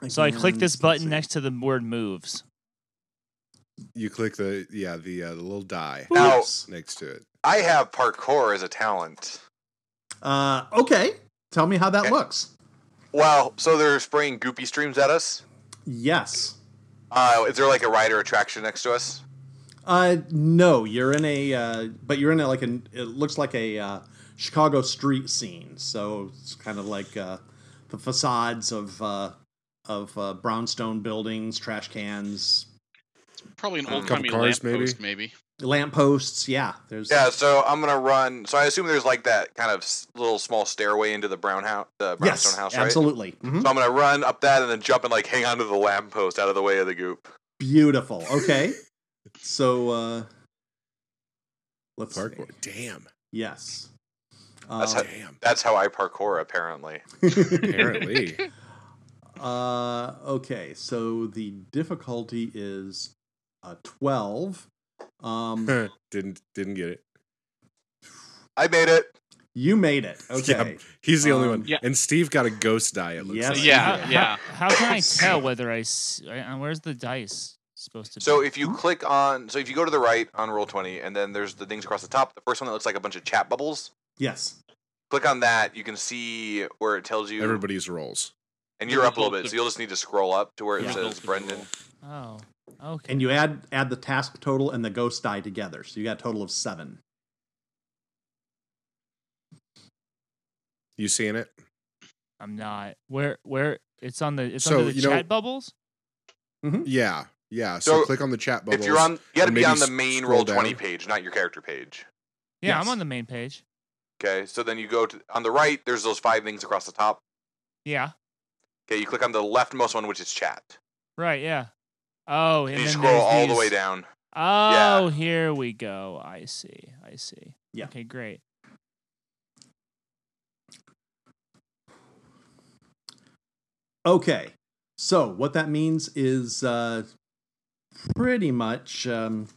Speaker 4: So I click
Speaker 2: again,
Speaker 4: this
Speaker 2: let's
Speaker 4: button
Speaker 2: see.
Speaker 4: next to the word moves.
Speaker 1: You click the yeah the uh, the little die
Speaker 5: Now-
Speaker 2: Oops.
Speaker 1: next to it.
Speaker 5: I have parkour as a talent.
Speaker 2: Uh, okay, tell me how that
Speaker 5: Okay.
Speaker 2: looks.
Speaker 5: Wow. So they're spraying goopy streams at us.
Speaker 2: Yes.
Speaker 5: Uh, is there like a rider attraction next to us?
Speaker 2: Uh, no, you're in a, uh, but you're in a, like an, it looks like a uh, Chicago street scene. So it's kind of like uh, the facades of uh, of uh, brownstone buildings, trash cans.
Speaker 3: Probably an
Speaker 2: Uh,
Speaker 3: old timey
Speaker 1: Couple cars,
Speaker 3: lamppost, maybe.
Speaker 2: Lampposts, yeah. There's
Speaker 5: Yeah, so I'm gonna run. So I assume there's like that kind of s- little small stairway into the brown house, the brownstone
Speaker 2: yes,
Speaker 5: house, right? Mm-hmm.
Speaker 2: absolutely. Mhm.
Speaker 5: So I'm gonna run up that and then jump and like hang onto the lamppost out of the way of the goop.
Speaker 2: Beautiful. Okay. so uh let's see.
Speaker 1: Parkour. Damn.
Speaker 2: Yes.
Speaker 5: That's
Speaker 2: Um,
Speaker 1: Damn.
Speaker 5: That's how I parkour, apparently.
Speaker 1: Apparently.
Speaker 2: Uh, okay, so the difficulty is a twelve. Um,
Speaker 1: didn't didn't get it.
Speaker 5: I made it.
Speaker 2: you made it.
Speaker 1: Yeah,
Speaker 2: Okay.
Speaker 1: He's the only
Speaker 2: Um,
Speaker 1: one.
Speaker 3: Yeah.
Speaker 1: And Steve got a ghost die, it looks
Speaker 2: Yes.
Speaker 1: like.
Speaker 3: Yeah,
Speaker 4: How-
Speaker 3: yeah.
Speaker 4: How, how can I tell whether I? s- uh, Where's the dice supposed to be?
Speaker 5: So if you click on, so if you go to the right on roll twenty, and then there's the things across the top. The first one that looks like a bunch of chat bubbles.
Speaker 2: Yes.
Speaker 5: Click on that. You can see where it tells you.
Speaker 1: Everybody's rolls.
Speaker 5: and you're up a little bit, so you'll just need to scroll up to where it
Speaker 4: Yeah.
Speaker 5: says Brendan.
Speaker 4: Oh, okay.
Speaker 2: And you add add the task total and the ghost die together, so you got a total of seven.
Speaker 1: You seeing it?
Speaker 4: I'm not. Where? Where? It's on the. It's
Speaker 1: So,
Speaker 4: under the
Speaker 1: you know-
Speaker 4: chat bubbles.
Speaker 1: Yeah. Yeah. So,
Speaker 5: So,
Speaker 1: click on the chat bubble.
Speaker 5: If you're on, you got to
Speaker 1: And
Speaker 5: be
Speaker 1: maybe
Speaker 5: on the main roll
Speaker 1: scroll
Speaker 5: twenty
Speaker 1: down.
Speaker 5: page, not your character page.
Speaker 4: Yeah, I'm
Speaker 1: Yes.
Speaker 4: on the main page.
Speaker 5: Okay, so then you go to on the right. There's those five things across the top.
Speaker 4: Yeah.
Speaker 5: Okay, you click on the leftmost one, which is chat.
Speaker 4: Right. Yeah. Oh, and
Speaker 5: And you
Speaker 4: then
Speaker 5: scroll
Speaker 4: there's
Speaker 5: all the
Speaker 4: these-
Speaker 5: way down.
Speaker 4: Oh, here we go. I see. I see.
Speaker 2: Yeah.
Speaker 4: Okay, great.
Speaker 2: Okay. So what that means is uh, pretty much um,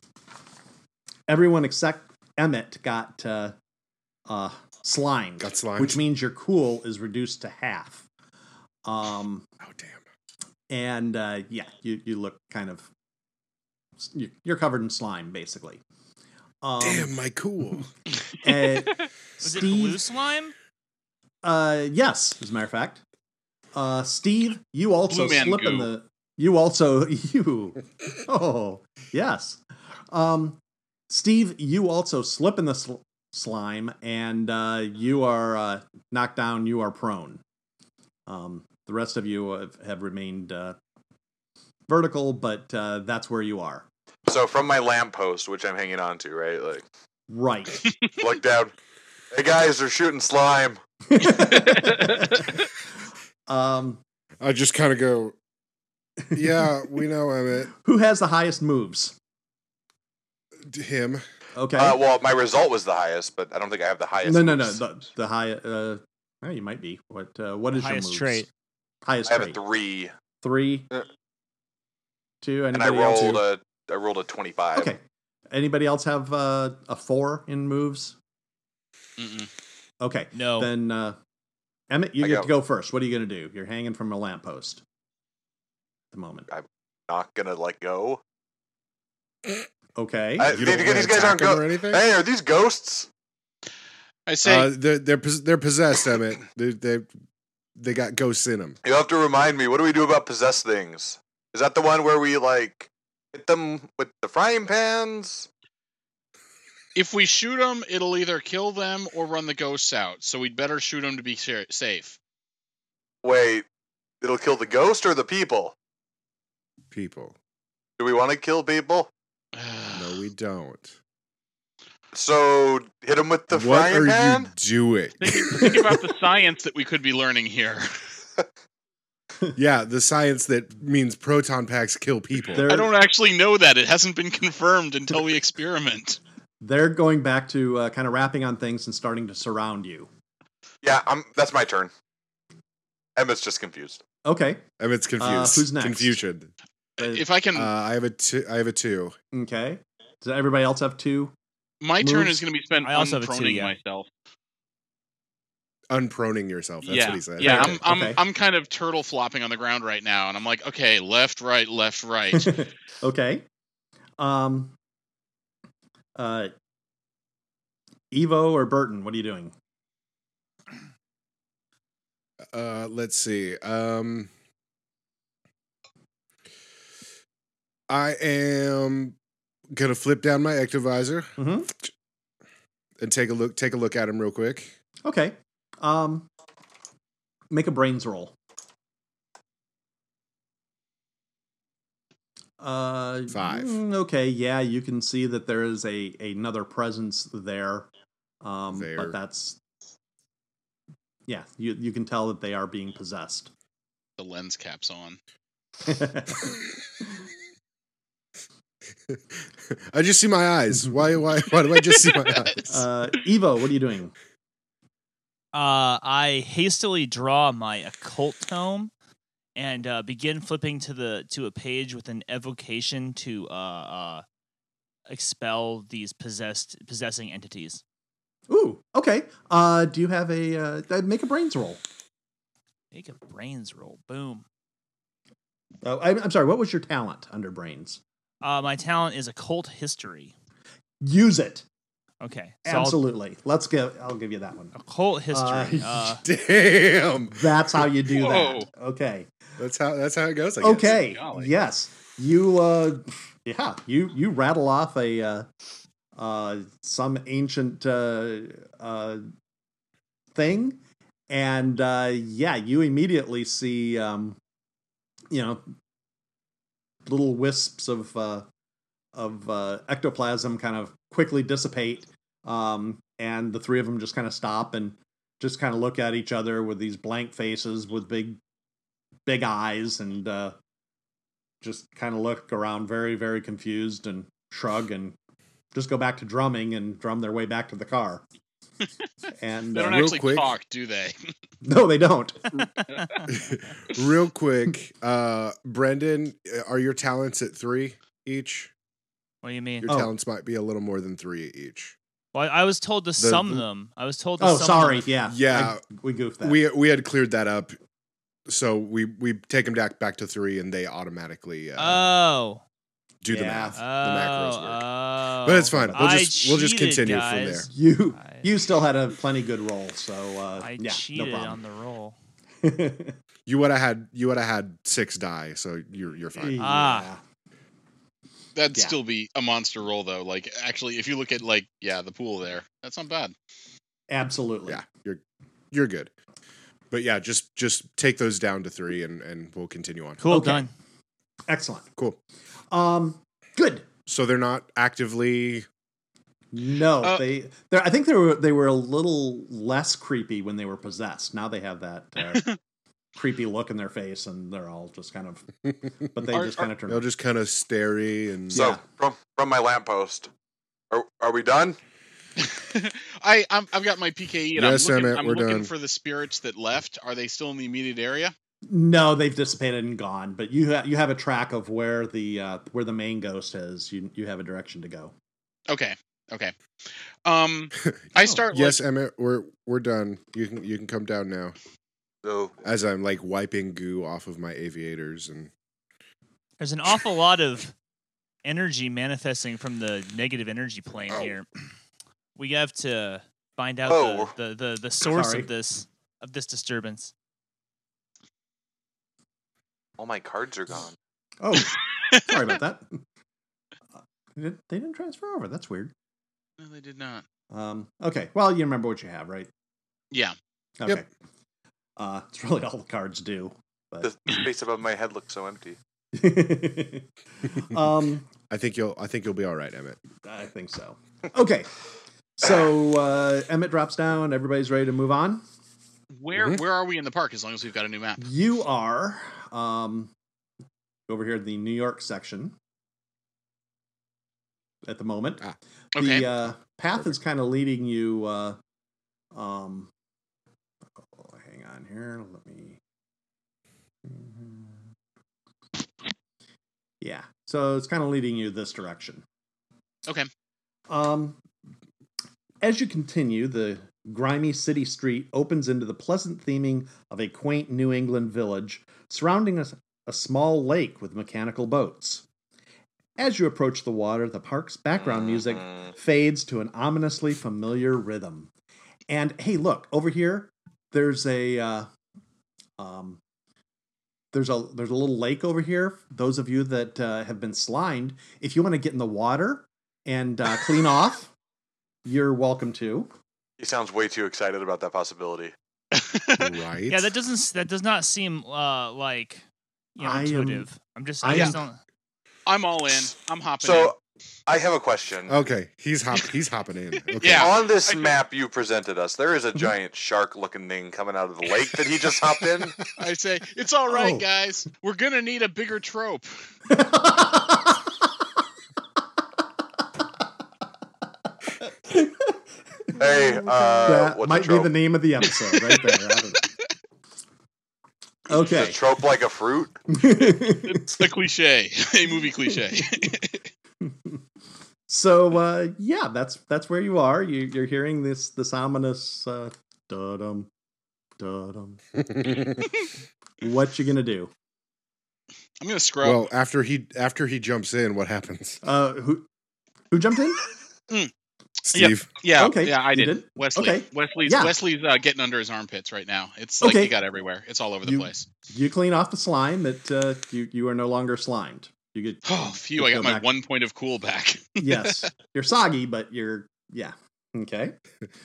Speaker 2: everyone except Emmett got uh, uh, slimed,
Speaker 1: Got slimed.
Speaker 2: which means your cool is reduced to half. Um,
Speaker 1: Oh damn.
Speaker 2: and uh, yeah, you, you look kind of you- you're covered in slime basically. Um,
Speaker 1: damn my cool.
Speaker 2: eh,
Speaker 4: Was
Speaker 2: Steve,
Speaker 4: it blue slime?
Speaker 2: Uh, yes, as a matter of fact. Uh, Steve, you also
Speaker 3: Blue man
Speaker 2: slip in
Speaker 3: goo.
Speaker 2: the. You also you. Oh yes, um, Steve, you also slip in the sl- slime, and uh, you are uh, knocked down. You are prone. Um, the rest of you have, have remained uh, vertical, but uh, that's where you are.
Speaker 5: So from my lamppost, which I'm hanging on to, right? Like
Speaker 2: Right.
Speaker 5: look down. Hey guys, they're shooting slime.
Speaker 2: um,
Speaker 1: I just kind of go. Yeah, we know Emmett.
Speaker 2: who has the highest moves?
Speaker 1: D- Him.
Speaker 2: Okay.
Speaker 5: Uh, well, my result was the highest, but I don't think I have the highest.
Speaker 2: no, no, no.
Speaker 5: moves.
Speaker 2: The, the high. Uh, well, you might be. What? Uh, what is
Speaker 4: Highest
Speaker 2: your moves?
Speaker 4: trait.
Speaker 2: Highest
Speaker 5: I have a
Speaker 2: trait.
Speaker 5: three,
Speaker 2: Three.
Speaker 5: Uh,
Speaker 2: two.
Speaker 5: and I
Speaker 2: Anybody else?
Speaker 5: rolled a I rolled a twenty-five.
Speaker 2: Okay. Anybody else have uh, a four in moves?
Speaker 3: Mm-mm.
Speaker 2: Okay.
Speaker 4: No.
Speaker 2: Then uh, Emmett, you
Speaker 5: I
Speaker 2: get
Speaker 5: got-
Speaker 2: to go first. What are you going to do? You're hanging from a lamppost at the moment.
Speaker 5: Not gonna let go.
Speaker 2: Okay.
Speaker 5: I-
Speaker 1: You
Speaker 5: These-
Speaker 1: don't
Speaker 5: these
Speaker 1: wanna
Speaker 5: guys
Speaker 1: attack
Speaker 5: aren't
Speaker 1: him
Speaker 5: go-
Speaker 1: or anything.
Speaker 5: Hey, are these ghosts?
Speaker 3: I say
Speaker 1: Uh, they're they're pos- they're possessed, Emmett. They they they got ghosts in them.
Speaker 5: You have to remind me. What do we do about possessed things? Is that the one where we like hit them with the frying pans?
Speaker 3: if we shoot them, it'll either kill them or run the ghosts out. So we'd better shoot them to be sa- safe.
Speaker 5: Wait, it'll kill the ghost or the people?
Speaker 1: People.
Speaker 5: Do we want to kill people?
Speaker 1: No, we don't.
Speaker 5: So hit them with the
Speaker 1: what
Speaker 5: frying
Speaker 1: are
Speaker 5: pan.
Speaker 1: you doing?
Speaker 3: Think, think about the science that we could be learning here.
Speaker 1: yeah, the science that means proton packs kill people.
Speaker 2: There-
Speaker 3: I don't actually know that. It hasn't been confirmed until we experiment.
Speaker 2: They're going back to uh, kind of wrapping on things and starting to surround you.
Speaker 5: Yeah, I'm. That's my turn. Emmett's just confused.
Speaker 2: Okay.
Speaker 1: Emmett's confused.
Speaker 2: Uh, who's next?
Speaker 1: Confusion.
Speaker 2: Uh,
Speaker 3: If I can,
Speaker 1: Uh, I have a two. I have a two.
Speaker 2: Okay. Does everybody else have two?
Speaker 3: my turn
Speaker 2: moves-
Speaker 3: is going to be spent
Speaker 4: I also have a two,
Speaker 3: unproning
Speaker 4: yeah.
Speaker 3: myself.
Speaker 1: Unproning yourself. Oh, That's
Speaker 3: yeah,
Speaker 1: what he said.
Speaker 3: yeah.
Speaker 2: Okay,
Speaker 3: I'm, I'm,
Speaker 2: okay.
Speaker 3: I'm kind of turtle flopping on the ground right now, and I'm like, okay, left, right, left, right.
Speaker 2: okay. Um. Uh. Evo or Burton, what are you doing?
Speaker 1: Uh, let's see. Um, I am gonna flip down my ectivizer
Speaker 2: Mhm.
Speaker 1: and take a look. Take a look at him real quick.
Speaker 2: Okay. Um. Make a brains roll. Uh,
Speaker 1: Five.
Speaker 2: mm, Okay, yeah, you can see that there is a another presence there, um,
Speaker 1: There.
Speaker 2: but that's yeah, you you can tell that they are being possessed. Uh,
Speaker 3: The lens cap's on.
Speaker 1: I just see my eyes. Why? Why? Why do I just see my eyes?
Speaker 2: uh, Evo, what are you doing?
Speaker 4: Uh, I hastily draw my occult tome and uh, begin flipping to the to a page with an evocation to uh, uh, expel these possessed possessing entities.
Speaker 2: Ooh, okay. Uh, do you have a uh, uh, make a brains roll?
Speaker 4: Make a brains roll. Boom.
Speaker 2: Oh, I'm, I'm sorry. What was your talent under brains?
Speaker 4: Uh, my talent is occult history.
Speaker 2: Use it
Speaker 4: Okay. so I'll-
Speaker 2: absolutely. Let's go. I'll give you that one.
Speaker 4: Occult history.
Speaker 2: Uh,
Speaker 4: Uh,
Speaker 1: Damn.
Speaker 2: That's how you do
Speaker 3: Whoa.
Speaker 2: that. Okay.
Speaker 1: That's how. That's how it goes. I guess.
Speaker 2: okay
Speaker 3: Golly.
Speaker 2: yes you uh yeah you you rattle off a uh uh some ancient uh uh thing and uh yeah you immediately see um you know little wisps of uh of uh ectoplasm kind of quickly dissipate um and the three of them just kind of stop and just kind of look at each other with these blank faces with big big eyes and uh, just kind of look around very, very confused and shrug and just go back to drumming and drum their way back to the car. and
Speaker 3: They don't
Speaker 2: uh,
Speaker 1: real
Speaker 3: actually
Speaker 1: quick.
Speaker 3: talk, do they?
Speaker 2: no, they don't.
Speaker 4: Uh,
Speaker 1: Real quick, uh, Brendan, uh, are your talents at three each?
Speaker 4: what do you mean?
Speaker 1: Your
Speaker 2: Oh.
Speaker 1: talents might be a little more than three each.
Speaker 4: Well, I was told to sum them. I was told to
Speaker 2: Oh,
Speaker 4: sum
Speaker 2: sorry.
Speaker 4: them.
Speaker 2: Yeah.
Speaker 1: Yeah.
Speaker 2: I- we goofed that.
Speaker 1: We we had cleared that up, so we we take them back back to three, and they automatically uh,
Speaker 4: Oh.
Speaker 1: do the
Speaker 2: yeah.
Speaker 1: math.
Speaker 4: Oh.
Speaker 1: the macros work.
Speaker 4: Oh.
Speaker 1: But it's fine. We'll
Speaker 4: I
Speaker 1: just we'll just
Speaker 4: cheated,
Speaker 1: continue from there.
Speaker 4: guys.
Speaker 2: you
Speaker 4: I-
Speaker 2: you still had a plenty good roll, so uh,
Speaker 4: I
Speaker 2: yeah,
Speaker 4: cheated
Speaker 2: no
Speaker 4: on
Speaker 2: problem.
Speaker 4: the roll.
Speaker 1: You would have had you would have had six die, so you're you're fine.
Speaker 4: Ah.
Speaker 3: That'd
Speaker 2: Yeah.
Speaker 3: still be a monster roll, though. Like, actually, if you look at like, yeah, the pool there, that's not bad.
Speaker 2: Yeah, absolutely.
Speaker 1: Yeah, you're you're good. But yeah, just just take those down to three, and and we'll continue on.
Speaker 4: Cool,
Speaker 2: Okay.
Speaker 4: done.
Speaker 2: Excellent.
Speaker 1: Cool.
Speaker 2: Um, good.
Speaker 1: So they're not actively.
Speaker 2: No,
Speaker 3: Uh,
Speaker 2: they. they I think they were they were a little less creepy when they were possessed. Now they have that uh, creepy look in their face, and they're all just kind of. But they
Speaker 3: Are-
Speaker 2: just kind of turn.
Speaker 1: They'll just kind of starey and
Speaker 5: So
Speaker 2: Yeah.
Speaker 5: from from my lamppost. Are are we done?
Speaker 3: I I'm, I've got my PKE, and
Speaker 1: Yes,
Speaker 3: I'm looking,
Speaker 1: Emmett,
Speaker 3: I'm
Speaker 1: we're
Speaker 3: looking
Speaker 1: done.
Speaker 3: for the spirits that left. Are they still in the immediate area?
Speaker 2: no, they've dissipated and gone. But you ha- you have a track of where the uh, where the main ghost is. You you have a direction to go.
Speaker 3: Okay, okay. Um, I start.
Speaker 1: yes, Emmett, we're we're done. You can you can come down now.
Speaker 5: So
Speaker 1: As I'm like wiping goo off of my aviators and
Speaker 4: There's an awful lot of energy manifesting from the negative energy plane
Speaker 5: Oh.
Speaker 4: here. We have to find out
Speaker 5: Oh.
Speaker 4: the, the, the, the source
Speaker 2: Sorry.
Speaker 4: of this of this disturbance.
Speaker 5: all my cards are gone.
Speaker 2: Oh, sorry about that. Uh, They didn't- they didn't transfer over. That's weird.
Speaker 3: Like, no, they did not.
Speaker 2: Um, okay. Well, you remember what you have, right?
Speaker 3: Yeah.
Speaker 1: Yep.
Speaker 2: Okay. Uh, it's really all the cards do.
Speaker 5: The space above my head looks so empty.
Speaker 2: um,
Speaker 1: I think you'll I think you'll be all right, Emmett.
Speaker 2: I think so. Okay. So uh, Emmett drops down. Everybody's ready to move on.
Speaker 3: Where
Speaker 1: Mhm.
Speaker 3: where are we in the park? As long as we've got a new map.
Speaker 2: You are um, over here in the New York section at the moment.
Speaker 1: Ah,
Speaker 3: Okay.
Speaker 2: The uh, path is kind of leading you. Uh, um, oh, hang on here. Let me. mm-hmm. Yeah. So it's kind of leading you this direction.
Speaker 3: Okay.
Speaker 2: Um, as you continue, the grimy city street opens into the pleasant theming of a quaint New England village surrounding a, a small lake with mechanical boats. As you approach the water, the park's background
Speaker 3: Mm-hmm.
Speaker 2: music
Speaker 5: Mm,
Speaker 2: fades to an ominously familiar rhythm. And hey, look over here. There's a uh, um, there's a there's a little lake over here. Those of you that uh, have been slimed, if you want to get in the water and uh, clean off, you're welcome to.
Speaker 5: He sounds way too excited about that possibility.
Speaker 1: Right.
Speaker 4: Yeah, that doesn't s- that does not seem uh like you know,
Speaker 2: I am-
Speaker 4: intuitive. I'm just
Speaker 2: I
Speaker 4: I,
Speaker 2: am-
Speaker 4: just don't
Speaker 3: I'm all in. I'm hopping.
Speaker 5: So I have a question.
Speaker 1: Okay, he's hop he's hopping in. Okay.
Speaker 3: Yeah.
Speaker 5: On this
Speaker 3: I know.
Speaker 5: map you presented us, there is a giant shark looking thing coming out of the lake that he just hopped in.
Speaker 3: in. I say it's all right,
Speaker 2: Oh.
Speaker 3: guys. We're gonna need a bigger trope.
Speaker 5: Hey, uh,
Speaker 2: that
Speaker 5: what's
Speaker 2: might
Speaker 5: a
Speaker 2: be
Speaker 5: trope?
Speaker 2: the name of the episode right there. I don't know.
Speaker 5: Is trope like a fruit?
Speaker 2: Okay.
Speaker 3: It's a cliche, a movie cliche.
Speaker 2: so uh, yeah, that's that's where you are. You, you're hearing this this ominous uh, dum dum. What you gonna do?
Speaker 3: I'm gonna scrub.
Speaker 1: well, after he after he jumps in, what happens?
Speaker 2: Uh, who who jumped in?
Speaker 3: Yep.
Speaker 1: Steve.
Speaker 3: yeah,
Speaker 2: okay,
Speaker 3: yeah, I
Speaker 2: you
Speaker 3: did.
Speaker 2: did?
Speaker 3: Wesley,
Speaker 2: Okay,
Speaker 3: Wesley's
Speaker 2: yeah.
Speaker 3: Wesley's uh, getting under his armpits right now. It's like
Speaker 2: Okay.
Speaker 3: he got everywhere. It's all over the
Speaker 2: You-
Speaker 3: place.
Speaker 2: You clean off the slime. That uh, you you are no longer slimed. You get
Speaker 3: Oh, phew!
Speaker 2: you
Speaker 3: I
Speaker 2: go
Speaker 3: got my
Speaker 2: back-
Speaker 3: one point of cool back.
Speaker 2: yes. You're soggy, but you're yeah. Okay.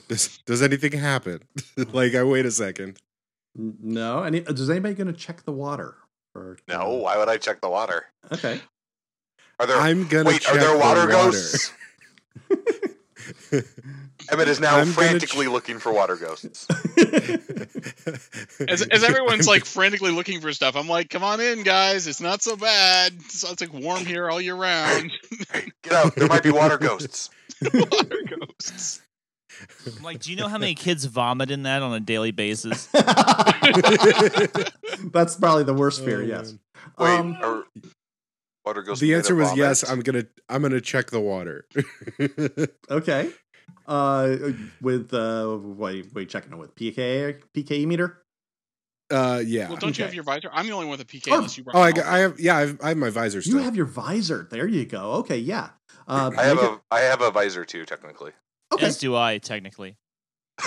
Speaker 1: Does does anything happen? like I wait a second.
Speaker 2: N- No. Any? Is anybody gonna check the water? Or
Speaker 5: No, why would I check the water?
Speaker 2: Okay.
Speaker 5: Are there
Speaker 1: I'm gonna
Speaker 5: wait?
Speaker 1: check
Speaker 5: Are there
Speaker 1: the
Speaker 5: water, ghosts? Emmett is now
Speaker 1: I'm gonna
Speaker 5: frantically looking for water ghosts.
Speaker 3: As, as everyone's like frantically looking for stuff, I'm like, "Come on in, guys! It's not so bad. It's, it's like warm here all year round."
Speaker 5: Get out! There might be water ghosts.
Speaker 3: Water ghosts.
Speaker 4: I'm like, do you know how many kids vomit in that on a daily basis?
Speaker 2: That's probably the worst fear.
Speaker 1: Oh,
Speaker 2: yes.
Speaker 1: man.
Speaker 5: Wait,
Speaker 2: Um,
Speaker 5: are water ghosts?
Speaker 1: the
Speaker 5: made
Speaker 1: answer
Speaker 5: of
Speaker 1: was
Speaker 5: vomit?
Speaker 1: yes. I'm gonna I'm gonna check the water.
Speaker 2: okay. Uh, with uh, what? Are you, what are you checking it with? PK PKE meter.
Speaker 1: uh, yeah.
Speaker 3: Well, don't you
Speaker 2: Okay.
Speaker 3: have your visor? I'm the only one with a PK.
Speaker 2: Oh.
Speaker 3: unless you brought
Speaker 1: oh, I,
Speaker 3: it
Speaker 1: got,
Speaker 3: all.
Speaker 1: I have yeah. I've, I have my visor still.
Speaker 2: You have your visor. There you go. Okay. Yeah. Uh,
Speaker 5: I have
Speaker 2: make
Speaker 5: a I have a visor too, technically.
Speaker 2: it-
Speaker 4: As do I, technically.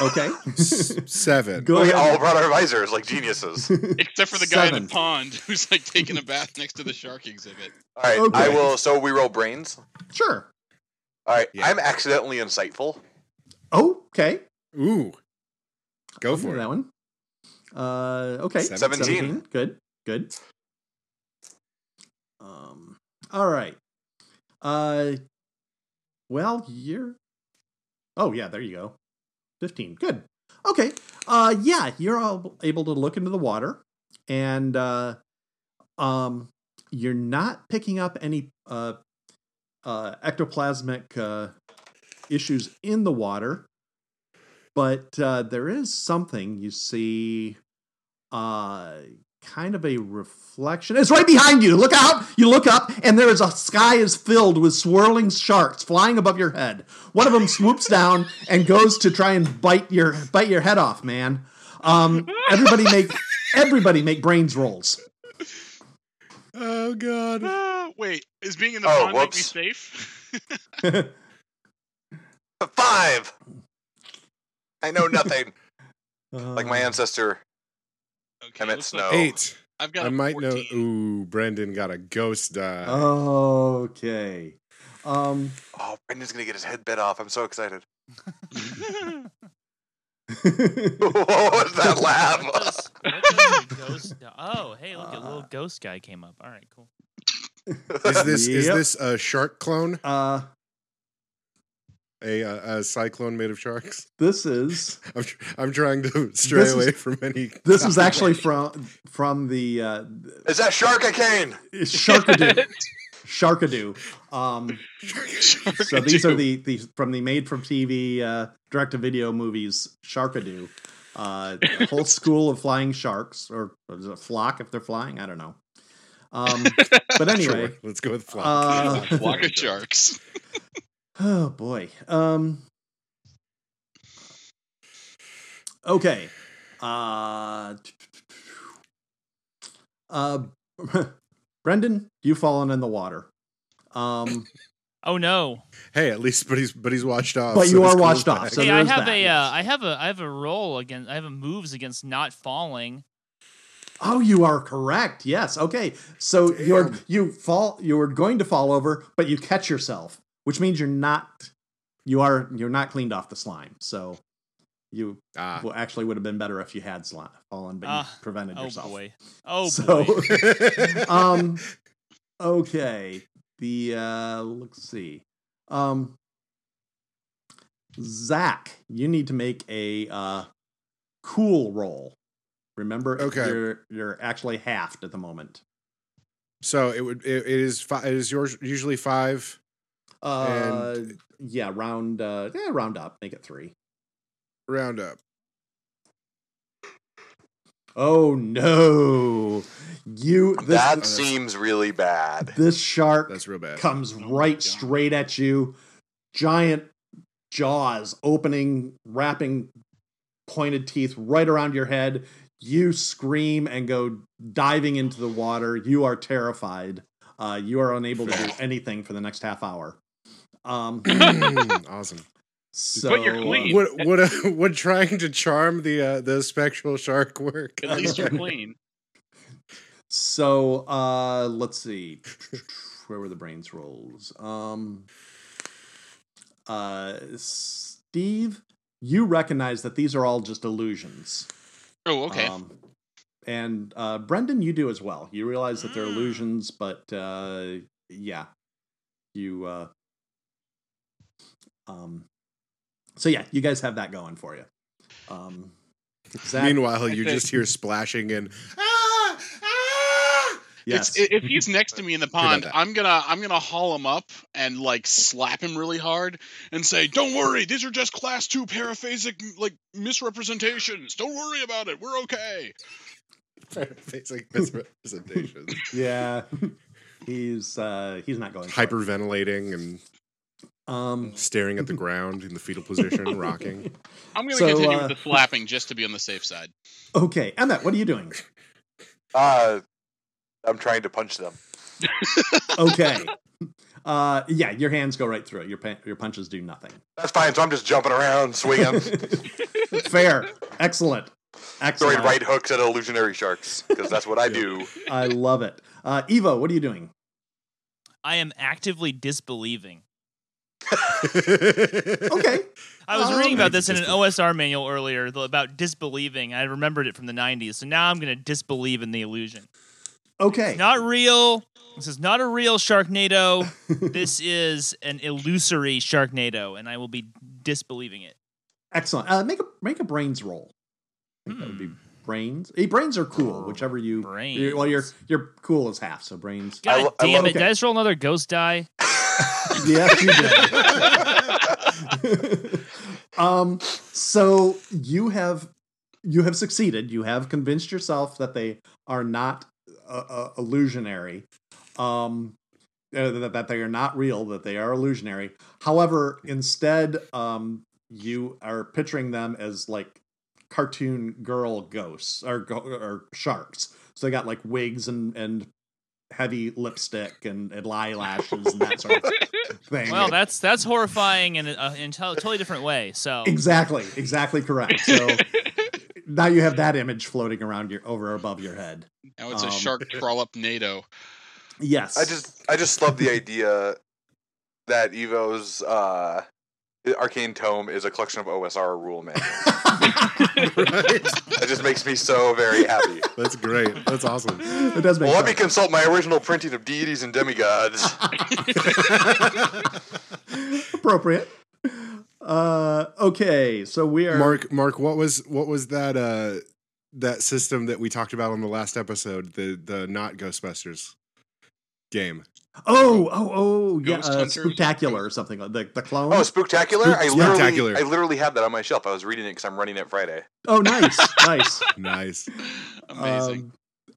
Speaker 2: okay.
Speaker 1: S-
Speaker 2: Okay.
Speaker 1: seven.
Speaker 2: Go
Speaker 5: we
Speaker 2: ahead.
Speaker 5: all brought our visors like geniuses.
Speaker 3: Except for the guy in
Speaker 2: Seven.
Speaker 3: the pond who's like taking a bath next to the shark exhibit.
Speaker 5: All right, I
Speaker 2: Okay.
Speaker 5: will. So we roll brains.
Speaker 2: Sure.
Speaker 5: All right,
Speaker 1: Yeah.
Speaker 5: I'm accidentally insightful.
Speaker 2: Okay.
Speaker 1: Ooh, go
Speaker 2: I'll
Speaker 1: for
Speaker 2: do
Speaker 1: it.
Speaker 2: that one. Uh, okay,
Speaker 1: Seventeen.
Speaker 2: Good, good. Um, all right. Uh, well, you're. Oh yeah, there you go. Fifteen. Good. Okay. Uh, yeah, you're all able to look into the water, and uh, um, you're not picking up any uh, uh, ectoplasmic uh, issues in the water but uh, there is something you see uh kind of a reflection it's right behind you look out you look up and there is a sky is filled with swirling sharks flying above your head one of them swoops down and goes to try and bite your bite your head off man um everybody make everybody make brains rolls
Speaker 1: Oh god.
Speaker 3: Ah, wait, is being in the
Speaker 5: Oh,
Speaker 3: pond make me
Speaker 5: whoops.
Speaker 3: safe?
Speaker 5: Five. I know nothing. like
Speaker 2: Uh,
Speaker 5: my ancestor.
Speaker 3: okay,
Speaker 5: Emmett
Speaker 3: looks like
Speaker 4: Oh,
Speaker 5: Snow.
Speaker 1: Eight.
Speaker 3: I've got.
Speaker 1: I
Speaker 3: a
Speaker 1: might
Speaker 3: 14.
Speaker 1: know. Ooh, Brendan got a ghost uh, die.
Speaker 2: Uh, okay um
Speaker 5: Oh, Brendan's gonna get his head bit off. I'm so excited. what was that
Speaker 4: What does-
Speaker 5: laugh?
Speaker 4: what does the ghost do- oh, hey, look, a little ghost guy came up. All right, cool.
Speaker 1: Is this is
Speaker 2: Yep.
Speaker 1: this a shark clone?
Speaker 2: uh
Speaker 1: A, uh a cyclone made of sharks?
Speaker 2: this is
Speaker 1: I'm tr- I'm trying to stray
Speaker 2: This is-
Speaker 1: away from any.
Speaker 2: This is actually from from the uh,
Speaker 5: Is that shark a cane?
Speaker 2: Sharkadoo. Sharkadoo. Um, so these are the, the from the made from TV uh, direct to video movies. Sharkadoo, uh, a whole school of flying sharks, or is it a flock if they're flying? I don't know. Um, but anyway,
Speaker 1: Sure, let's go with flock.
Speaker 2: Uh,
Speaker 1: Flock.
Speaker 3: flock of sharks.
Speaker 2: Oh boy. Um Okay. Uh uh Brendan, you've fallen in the water. Um
Speaker 4: Oh no!
Speaker 1: Hey, at least, but he's but he's washed off.
Speaker 2: But you
Speaker 1: his
Speaker 2: are
Speaker 1: cool's
Speaker 2: washed
Speaker 1: back.
Speaker 2: off, so
Speaker 4: hey,
Speaker 2: there
Speaker 4: I
Speaker 2: is
Speaker 4: have
Speaker 2: that,
Speaker 4: a,
Speaker 2: yes.
Speaker 4: uh, I have a, I have a roll against, I have a moves against not falling.
Speaker 2: oh you are correct. Yes. Okay. So you're
Speaker 1: Damn.
Speaker 2: you fall you were going to fall over, but you catch yourself, which means you're not you are you're not cleaned off the slime. So you
Speaker 1: Ah.
Speaker 2: well, actually would have been better if you had sli- fallen, but
Speaker 4: Ah,
Speaker 2: you prevented
Speaker 4: Oh
Speaker 2: yourself.
Speaker 1: um,
Speaker 4: boy! Oh
Speaker 2: so,
Speaker 4: boy!
Speaker 2: um, okay. the uh, let's see, um, Zach, you need to make a uh, cool roll. Remember,
Speaker 1: Okay.
Speaker 2: you're you're actually halved at the moment.
Speaker 1: So it would it, it is fi- it is yours usually five.
Speaker 2: Uh, yeah, round uh, yeah, round up, make it three.
Speaker 1: Round up.
Speaker 2: Oh no, you this
Speaker 5: that
Speaker 1: that's-
Speaker 5: seems really bad.
Speaker 2: this shark
Speaker 1: That's real bad.
Speaker 2: comes
Speaker 3: Oh my
Speaker 2: right
Speaker 3: God.
Speaker 2: straight at you. Giant jaws opening, wrapping pointed teeth right around your head. You scream and go diving into the water. You are terrified. Uh, you are unable to do anything for the next half hour. Um,
Speaker 1: awesome.
Speaker 2: so
Speaker 3: you're clean.
Speaker 1: What what uh, what trying to charm the uh, the spectral shark work?
Speaker 3: At least you're clean.
Speaker 2: So uh let's see. Where were the brains rolls? Um uh Steve, you recognize that these are all just illusions.
Speaker 3: Oh, okay.
Speaker 2: Um, and uh Brendan, you do as well. You realize that they're
Speaker 3: Mm.
Speaker 2: illusions, but uh yeah. You uh um so yeah, you guys have that going for you. Um Zach,
Speaker 1: Meanwhile, you just hear splashing and ah, ah!
Speaker 2: yes.
Speaker 3: It's, i- if he's next to me in the pond,
Speaker 1: that.
Speaker 3: I'm gonna I'm gonna haul him up and like slap him really hard and say, "Don't worry, these are just class two paraphasic like misrepresentations. Don't worry about it. We're okay."
Speaker 1: it's like misrepresentation.
Speaker 2: yeah he's uh he's not going for it.
Speaker 1: Hyperventilating and
Speaker 2: um
Speaker 1: staring at the ground in the fetal position, rocking.
Speaker 3: I'm gonna
Speaker 2: So,
Speaker 3: continue
Speaker 2: uh,
Speaker 3: with the slapping just to be on the safe side.
Speaker 2: okay emmett what are you doing
Speaker 5: Uh, I'm trying to punch them.
Speaker 2: okay uh yeah your hands go right through it your pa- your punches do nothing
Speaker 5: That's fine. So I'm just jumping around, swinging,
Speaker 2: fair excellent
Speaker 5: throwing
Speaker 2: excellent
Speaker 5: right hooks at illusionary sharks because that's what I do.
Speaker 2: i love it uh evo what are you doing
Speaker 4: I am actively disbelieving.
Speaker 2: okay
Speaker 4: I was
Speaker 2: Oh,
Speaker 4: reading about
Speaker 1: okay.
Speaker 4: this in an OSR manual earlier th- about disbelieving. I remembered it from the 90s, so now I'm going to disbelieve in the illusion.
Speaker 2: okay
Speaker 4: Not real. This is not a real Sharknado. this is an illusory Sharknado, and I will be disbelieving it.
Speaker 2: excellent uh make a make a brains roll I think that would be brains Eh, brains are cool whichever you you- well your
Speaker 4: Brains.
Speaker 2: your cool is half so brains
Speaker 5: I
Speaker 4: God
Speaker 5: lo- I
Speaker 4: damn
Speaker 5: love-
Speaker 4: it!
Speaker 2: Okay.
Speaker 4: Did I just roll another ghost die?
Speaker 2: yes you did um so you have you have succeeded you have convinced yourself that they are not uh, uh, illusionary um uh, that, that they are not real that they are illusionary however instead um you are picturing them as like cartoon girl ghosts or go- or sharks so they got like wigs and and heavy lipstick and, and eyelashes and that sort of thing
Speaker 4: Well, that's that's horrifying in a, in a totally different way. So
Speaker 3: Oh.
Speaker 2: Exactly, exactly correct. So now you have that image floating around your over above your head.
Speaker 3: Now it's a
Speaker 2: Um,
Speaker 3: shark crawl up NATO.
Speaker 2: Yes.
Speaker 5: I just I just love the idea that Evo's uh, arcane tome is a collection of OSR rule manuals.
Speaker 1: right?
Speaker 5: That just makes me so very happy.
Speaker 1: That's great. That's awesome.
Speaker 2: it does make
Speaker 5: Well, let me
Speaker 2: sense.
Speaker 5: consult my original printing of deities and demigods.
Speaker 2: appropriate. Uh okay, so we are
Speaker 1: Mark, Mark, what was what was that uh that system that we talked about on the last episode? The the not Ghostbusters game.
Speaker 2: Oh, oh, oh, yeah,
Speaker 3: Ghost
Speaker 2: uh,
Speaker 3: Hunters or
Speaker 2: spectacular or something like the the clone.
Speaker 5: Oh, Spooktacular! I literally,
Speaker 1: Spooktacular.
Speaker 5: I literally have that on my shelf. I was reading it because I'm running it Friday.
Speaker 2: oh nice, nice.
Speaker 1: Nice.
Speaker 3: Amazing.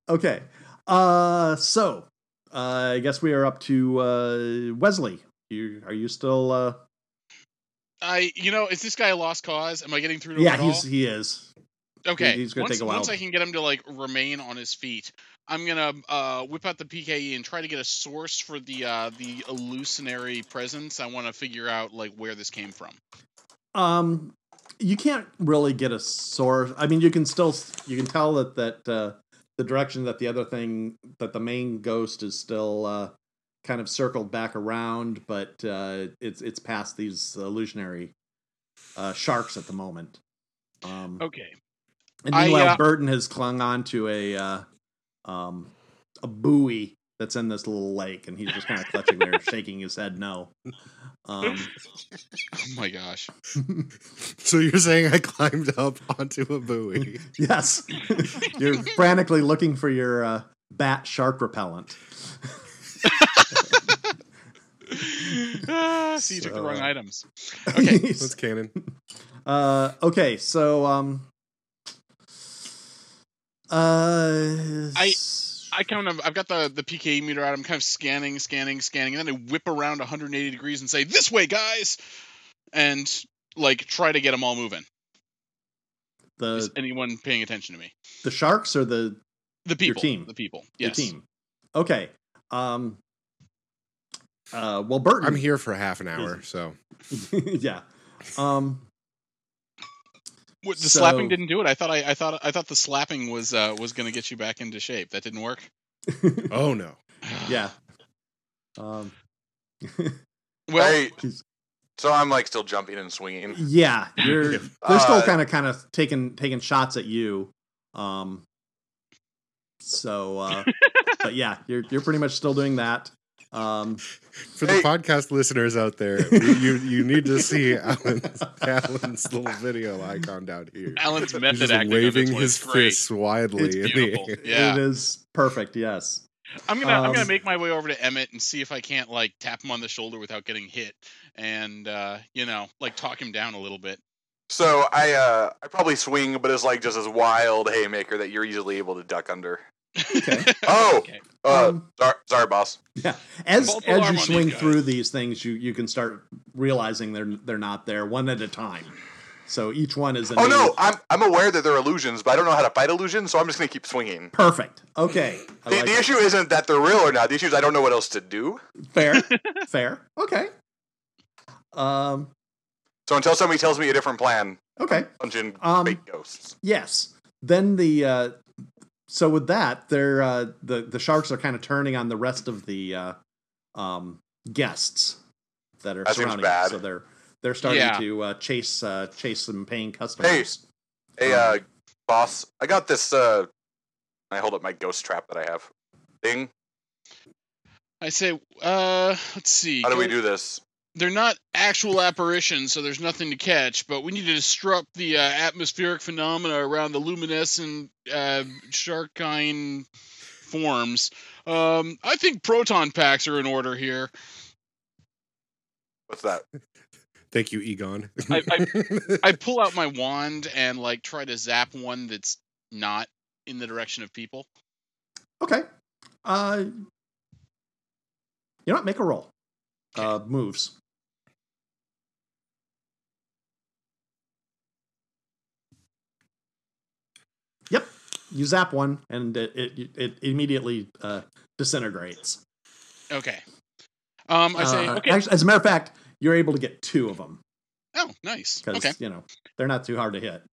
Speaker 2: Um, okay. Uh so uh, I guess we are up to uh Wesley. You are you still uh
Speaker 3: I you know is this guy a lost cause? Am I getting through to
Speaker 2: Yeah,
Speaker 3: him at all?
Speaker 2: he's he is.
Speaker 3: Okay.
Speaker 2: he's gonna
Speaker 3: once,
Speaker 2: take a
Speaker 3: Once
Speaker 2: while.
Speaker 3: I can get him to like remain on his feet, I'm gonna uh, whip out the PKE and try to get a source for the uh, the illusionary presence. I want to figure out like where this came from.
Speaker 2: Um, you can't really get a source. I mean, you can still you can tell that that uh, the direction that the other thing that the main ghost is still uh, kind of circled back around, but uh, it's it's past these illusionary uh, sharks at the moment. Um,
Speaker 3: Okay.
Speaker 2: and
Speaker 3: Oh, I,
Speaker 2: meanwhile,
Speaker 3: uh,
Speaker 2: Burton has clung on to a uh, um, a buoy that's in this little lake, and he's just kind of clutching there, shaking his head no. Um,
Speaker 3: Oh my gosh.
Speaker 1: So you're saying I climbed up onto a buoy?
Speaker 2: yes, you're frantically looking for your uh, bat shark repellent.
Speaker 3: Ah, so you took the
Speaker 2: So,
Speaker 3: wrong
Speaker 2: uh,
Speaker 3: items. Okay.
Speaker 1: That's canon.
Speaker 2: Uh, okay, so um, uh,
Speaker 3: I- I kind of I've got the the PKE meter out. I'm kind of scanning, scanning, scanning, and then I whip around 180 degrees and say, "This way, guys!" and like try to get them all moving.
Speaker 2: the
Speaker 3: Is anyone paying attention to me?
Speaker 2: the sharks or the
Speaker 3: The people,
Speaker 2: team.
Speaker 3: the people,
Speaker 2: your
Speaker 3: yes.
Speaker 2: team. Okay. Um. Uh. Well, Burton.
Speaker 1: I'm here for half an hour, so
Speaker 2: yeah. Um.
Speaker 3: What, the
Speaker 2: So-
Speaker 3: slapping didn't do it. I thought I, I thought I thought the slapping was uh, was going to get you back into shape. That didn't work.
Speaker 1: oh no.
Speaker 2: yeah. Um.
Speaker 3: Well,
Speaker 5: Hey,
Speaker 2: he's-
Speaker 5: so I'm like still jumping and swinging.
Speaker 2: yeah. You're. They're still
Speaker 5: Uh,
Speaker 2: kind of, kind of taking taking shots at you. Um. So. Uh, but yeah, you're you're pretty much still doing that. Um.
Speaker 1: For the
Speaker 5: Hey.
Speaker 1: podcast listeners out there, you you need to see Alan's, Alan's little video icon down here.
Speaker 3: Alan's
Speaker 1: He's
Speaker 3: method
Speaker 1: just
Speaker 3: acting. on
Speaker 1: waving
Speaker 3: this one
Speaker 1: his
Speaker 3: is great.
Speaker 1: fists widely
Speaker 2: It's
Speaker 1: in
Speaker 3: Beautiful.
Speaker 1: the air.
Speaker 3: Yeah,
Speaker 2: It is perfect. Yes.
Speaker 3: I'm gonna I'm gonna
Speaker 2: um,
Speaker 3: make my way over to Emmett and see if I can't like tap him on the shoulder without getting hit, and uh, you know like talk him down a little bit.
Speaker 5: So I uh I probably swing, but it's like just this wild haymaker that you're easily able to duck under.
Speaker 2: Okay.
Speaker 5: Oh,
Speaker 3: Okay.
Speaker 5: uh,
Speaker 2: Um,
Speaker 5: sorry, sorry, boss.
Speaker 2: Yeah, as
Speaker 3: Both
Speaker 2: as
Speaker 3: alarm
Speaker 2: you
Speaker 3: on
Speaker 2: swing
Speaker 3: these guys.
Speaker 2: through these things, you you can start realizing they're they're not there one at a time. So each one is a
Speaker 5: Oh
Speaker 2: new-
Speaker 5: no, I'm I'm aware that they're illusions, but I don't know how to fight illusions, so I'm just gonna keep swinging.
Speaker 2: perfect. Okay, I
Speaker 5: The,
Speaker 2: like
Speaker 5: the
Speaker 2: it.
Speaker 5: issue isn't that they're real or not. The issue is I don't know what else to do.
Speaker 2: fair, fair. Okay, um,
Speaker 5: So until somebody tells me a different plan,
Speaker 2: okay,
Speaker 5: punching
Speaker 2: Um,
Speaker 5: fake ghosts.
Speaker 2: yes. Then the uh, so with that, they're uh, the the sharks are kind of turning on the rest of the uh, um, guests that are
Speaker 5: That seems
Speaker 2: surrounding.
Speaker 5: bad.
Speaker 2: So they're they're starting
Speaker 3: Yeah.
Speaker 2: to uh, chase uh, chase some paying customers.
Speaker 5: Hey,
Speaker 2: Um,
Speaker 5: uh, boss, I got this. Uh, I hold up my ghost trap that I have. Thing.
Speaker 3: I say, uh, let's see.
Speaker 5: How do we
Speaker 3: go-
Speaker 5: do this?
Speaker 3: They're not actual apparitions, so there's nothing to catch. But we need to disrupt the uh, atmospheric phenomena around the luminescent uh, sharkine forms. Um, I think proton packs are in order here.
Speaker 5: What's that?
Speaker 1: Thank you, Egon.
Speaker 3: I- I pull out my wand and like try to zap one that's not in the direction of people.
Speaker 2: Okay. Uh, you know what? Make a roll. Uh, moves. Yep. You zap one, and it it, it immediately uh, disintegrates.
Speaker 3: Okay. Um, I say,
Speaker 2: Uh,
Speaker 3: okay.
Speaker 2: actu- as a matter of fact, you're able to get two of them
Speaker 3: oh, nice.
Speaker 2: because
Speaker 3: Okay.
Speaker 2: you know they're not too hard to hit.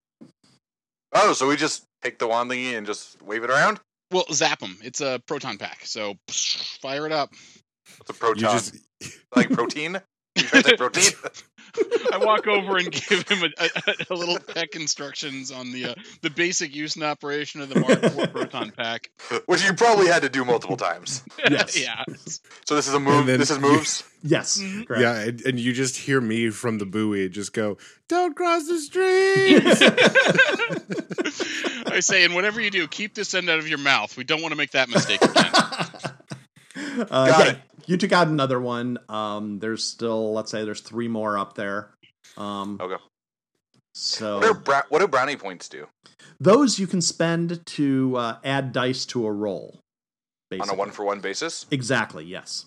Speaker 5: Oh, so we just take the wand thingy and just wave it around?
Speaker 3: Well, zap them. It's a proton pack, so fire it up.
Speaker 5: It's a
Speaker 1: you
Speaker 5: proton.
Speaker 1: just
Speaker 5: Like protein? You trying to say protein?
Speaker 3: I walk over and give him a, a, a little peck instructions on the uh, the basic use and operation of the Mark IV proton pack.
Speaker 5: Which you probably had to do multiple times.
Speaker 2: Yes.
Speaker 3: yeah.
Speaker 5: So this is a move.
Speaker 1: And then
Speaker 5: This is
Speaker 1: you-
Speaker 5: moves.
Speaker 2: Yes.
Speaker 3: Mhm.
Speaker 2: Correct.
Speaker 1: yeah, and, and you just hear me from the buoy just go, "Don't cross the stream."
Speaker 3: I say, and whatever you do, keep this end out of your mouth. We don't want to make that mistake again.
Speaker 2: Uh,
Speaker 5: Got
Speaker 2: yeah,
Speaker 5: it.
Speaker 2: You took out another one. Um, there's still, let's say, there's three more up there. Um,
Speaker 5: Okay. What do,
Speaker 2: So
Speaker 5: bra- what do brownie points do
Speaker 2: those you can spend to uh, add dice to a roll.
Speaker 5: on a one for one basis?
Speaker 2: Exactly. Yes.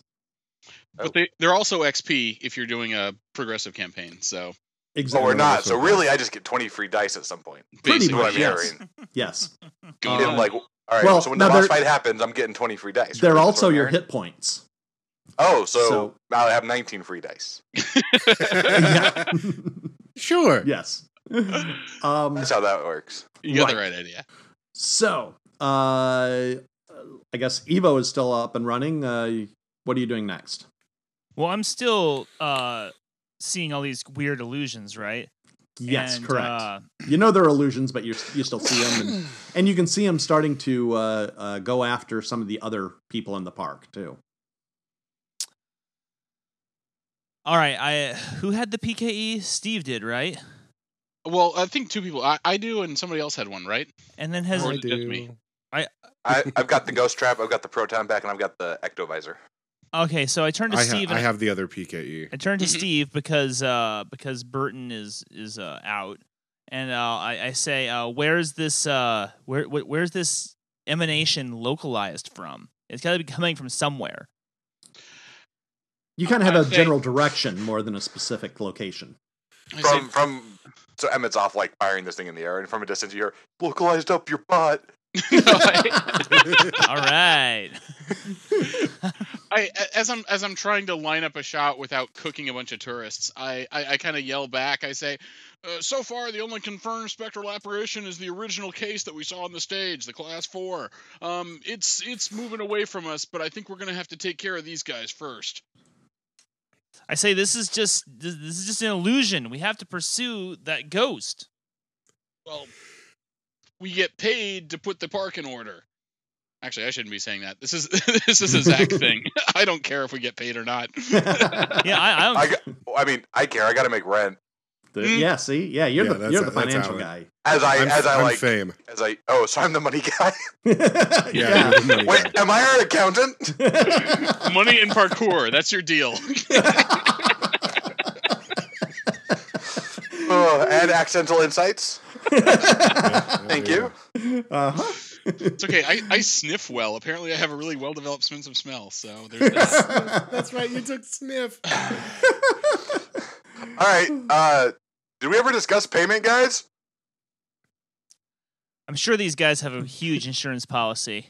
Speaker 5: Oh.
Speaker 3: But they, they're also XP if you're doing a progressive campaign. So
Speaker 5: Oh,
Speaker 2: Exactly.
Speaker 5: we're not.
Speaker 1: that's
Speaker 5: So
Speaker 1: okay.
Speaker 5: really, I just get twenty free dice at some point.
Speaker 2: Pretty
Speaker 5: Is
Speaker 3: basically,
Speaker 5: what I'm
Speaker 2: much. Yes.
Speaker 5: hearing.
Speaker 2: Yes.
Speaker 3: got
Speaker 5: Give
Speaker 3: it.
Speaker 5: them, like, all right.
Speaker 2: Well,
Speaker 5: so when
Speaker 2: now
Speaker 5: the boss
Speaker 2: they're-
Speaker 5: fight happens, I'm getting twenty free dice.
Speaker 2: They're
Speaker 5: right? That's
Speaker 2: also
Speaker 5: what I'm
Speaker 2: your
Speaker 5: hearing.
Speaker 2: hit points.
Speaker 5: Oh, so,
Speaker 2: So-
Speaker 5: now I have 19 free dice.
Speaker 2: Yeah.
Speaker 1: sure.
Speaker 2: yes. Um,
Speaker 5: That's how that works.
Speaker 3: you got the
Speaker 2: right.
Speaker 3: right idea.
Speaker 2: so, uh, I guess Evo is still up and running. Uh, what are you doing next?
Speaker 4: Well, I'm still uh, seeing all these weird illusions, right?
Speaker 2: Yes,
Speaker 4: And,
Speaker 2: correct.
Speaker 4: uh,
Speaker 2: you know they're illusions, but you you still see them, and, and you can see them starting to uh, uh, go after some of the other people in the park too.
Speaker 4: all right, I who had the PKE? Steve did, right?
Speaker 3: Well, I think two people. I, I do, and somebody else had one, right?
Speaker 4: And then has
Speaker 3: Or
Speaker 1: I
Speaker 3: is it just me?
Speaker 1: do.
Speaker 5: I, I've got the ghost trap, I've got the proton pack, and I've got the ectovisor.
Speaker 4: okay. So I turned to
Speaker 1: I, ha-
Speaker 4: Steve.
Speaker 1: I
Speaker 4: and
Speaker 1: have the other E. PKE.
Speaker 4: I turned to
Speaker 3: Mhm.
Speaker 5: Mm-hmm.
Speaker 4: Steve because uh, because Burton is is uh, out, and uh, I, I say, uh, where's this uh, where, where where's this emanation localized from? It's got to be coming from somewhere.
Speaker 2: You kind of have
Speaker 3: I
Speaker 2: a
Speaker 3: think-
Speaker 2: general direction more than a specific location.
Speaker 3: I say-
Speaker 5: From from so Emmett's off like firing this thing in the air, and from a distance you hear localized up your butt.
Speaker 3: No, I-
Speaker 4: All right.
Speaker 3: I a- as I'm as I'm trying to line up a shot without cooking a bunch of tourists, I I, I kind of yell back. I say, uh, "So far, the only confirmed spectral apparition is the original case that we saw on the stage, the class four. Um, it's it's moving away from us, but I think we're gonna have to take care of these guys first.
Speaker 4: I say this is just this, this is just an illusion. We have to pursue that ghost.
Speaker 3: Well, we get paid to put the park in order. Actually, I shouldn't be saying that. This is this is a Zach thing. I don't care if we get paid or not.
Speaker 4: Yeah, I, I
Speaker 1: Oh.
Speaker 5: I,
Speaker 4: don't.
Speaker 5: got, I mean, I care. I got to make rent
Speaker 2: The-
Speaker 3: Mm.
Speaker 2: yeah, see, yeah, you're
Speaker 1: Yeah,
Speaker 2: the
Speaker 1: that's-
Speaker 2: you're the
Speaker 1: that's
Speaker 2: financial
Speaker 1: Alan.
Speaker 2: guy.
Speaker 5: as I
Speaker 1: I'm,
Speaker 5: as I
Speaker 1: I'm
Speaker 5: like
Speaker 1: fame.
Speaker 5: as I. Oh, so I'm the money guy.
Speaker 2: yeah.
Speaker 1: Yeah. you're the money
Speaker 5: Wait,
Speaker 1: guy.
Speaker 5: am I an accountant?
Speaker 3: Money and parkour. That's your deal.
Speaker 5: Oh, and accidental insights.
Speaker 1: Yeah,
Speaker 5: Thank
Speaker 1: yeah.
Speaker 5: you.
Speaker 2: Uh-huh.
Speaker 3: It's okay. I, I sniff well. Apparently, I have a really well developed sense of smell. So there's that.
Speaker 1: That's right. You took sniff.
Speaker 5: All right. Uh, did we ever discuss payment, guys?
Speaker 4: I'm sure these guys have a huge insurance policy.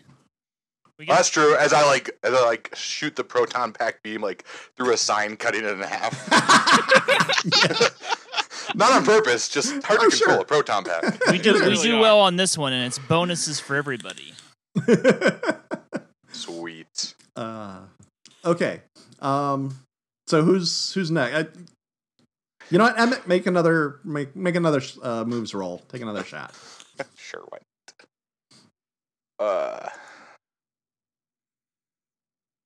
Speaker 4: We
Speaker 5: That's true. As I like, as I like, shoot the proton pack beam like through a sign, cutting it in half. Not on purpose. Just hard to
Speaker 2: Oh,
Speaker 5: control
Speaker 2: sure.
Speaker 5: a proton pack.
Speaker 4: we do we
Speaker 3: really
Speaker 4: do
Speaker 3: are.
Speaker 4: well on this one, and it's bonuses for everybody.
Speaker 5: Sweet.
Speaker 2: uh, okay. Um, so who's who's next? I, you know what, Emmett, make another make make another uh, moves roll. Take another shot.
Speaker 5: Sure. Why? not? Uh,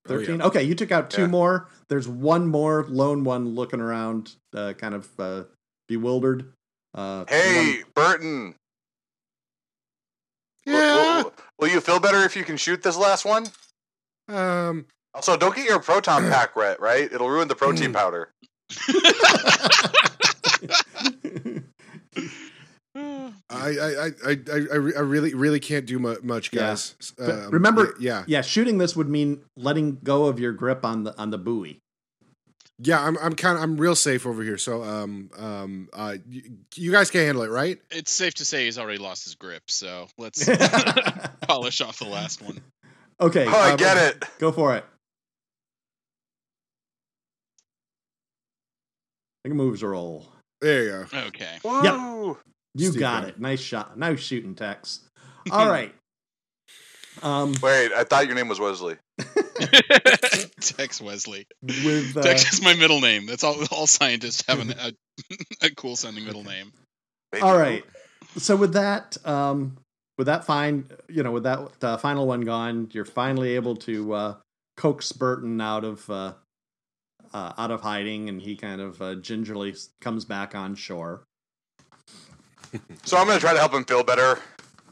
Speaker 1: Oh, yeah.
Speaker 2: Thirteen. Okay, you took out two
Speaker 5: Yeah.
Speaker 2: more. There's one more lone one looking around, uh, kind of uh, bewildered. Uh,
Speaker 5: hey, Burton. will-
Speaker 1: Yeah.
Speaker 5: Will, will you feel better if you can shoot this last one?
Speaker 1: Um.
Speaker 5: Also, don't get your proton pack wet, right? It'll ruin the
Speaker 2: Hmm.
Speaker 5: protein powder.
Speaker 2: one-
Speaker 1: I I I I I- I re- I really really can't do mu- much,
Speaker 2: Yeah.
Speaker 1: guys.
Speaker 2: But
Speaker 1: Um,
Speaker 2: remember-
Speaker 1: yeah, yeah,
Speaker 2: yeah, shooting this would mean letting go of your grip on the on the buoy.
Speaker 1: yeah. I'm I'm kind of I'm real safe over here. So um um uh, you, you guys can handle it, right?
Speaker 3: It's safe to say he's already lost his grip. So let's
Speaker 2: okay,
Speaker 3: polish off the last one.
Speaker 5: Oh, I
Speaker 2: um,
Speaker 5: get it.
Speaker 2: Go for it. Make a moves roll.
Speaker 1: There you go.
Speaker 3: Okay.
Speaker 5: Woo!
Speaker 2: You
Speaker 1: Steve
Speaker 2: got
Speaker 1: got it.
Speaker 2: it. Nice shot. Nice shooting, Tex. All right. Um,
Speaker 5: Wait, I thought your name was Wesley.
Speaker 3: Tex Wesley.
Speaker 2: with uh,
Speaker 3: Tex is my middle name. That's all. All scientists have an, a, a cool sounding middle name.
Speaker 5: They
Speaker 2: all
Speaker 5: do.
Speaker 2: right. So with that, um, with that fine, you know, with that uh, final one gone, you're finally able to uh, coax Burton out of uh, uh, out of hiding, and he kind of uh, gingerly s- comes back on shore.
Speaker 5: So I'm gonna try to help him feel better,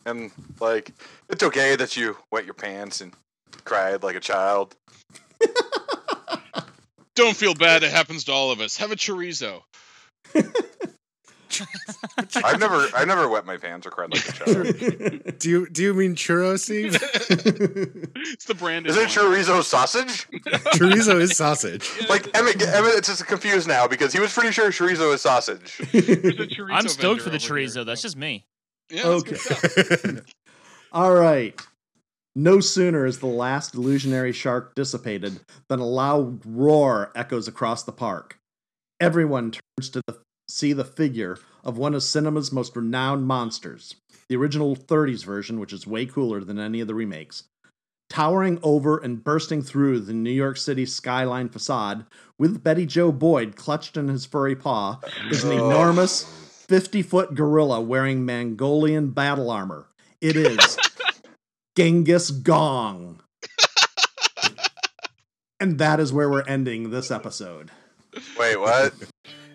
Speaker 5: and like it's okay that you wet your pants and cried like a child.
Speaker 3: Don't feel bad. It happens to all of us. Have a chorizo.
Speaker 5: I've never, I've never wet my pants or cried like a child.
Speaker 1: Do you do you mean churro, Steve?
Speaker 3: It's the brand.
Speaker 5: Is it chorizo sausage?
Speaker 1: Chorizo is sausage.
Speaker 5: Like Emmett, Emmett, it's just confused now because he was pretty sure chorizo is sausage.
Speaker 4: I'm stoked for the chorizo. That's just me.
Speaker 3: yeah, that's
Speaker 2: okay.
Speaker 3: good stuff.
Speaker 2: All right. No sooner is the last illusionary shark dissipated than a loud roar echoes across the park. Everyone turns to the, see the figure of one of cinema's most renowned monsters, the original 30s version, which is way cooler than any of the remakes. Towering over and bursting through the New York City skyline facade, with Betty Joe Boyd clutched in his furry paw, is an
Speaker 5: Oh.
Speaker 2: enormous 50 foot gorilla wearing Mongolian battle armor. It is Genghis Gong. and that is where we're ending this episode.
Speaker 5: Wait, what?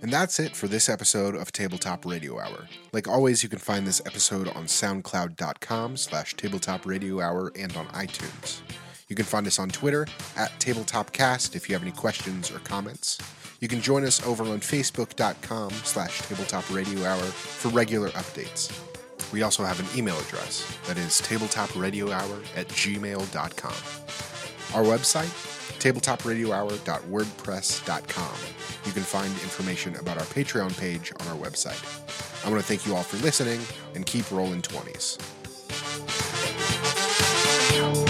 Speaker 1: And that's it for this episode of Tabletop Radio Hour. Like always, you can find this episode on soundcloud.com slash tabletop radio hour and on iTunes. You can find us on Twitter at tabletopcast if you have any questions or comments. You can join us over on facebook.com slash tabletop radio hour for regular updates. We also have an email address that is tabletopradiohour at gmail.com. Our website tabletopradiohour.wordpress.com. You can find information about our Patreon page on our website. I want to thank you all for listening and keep rolling 20s.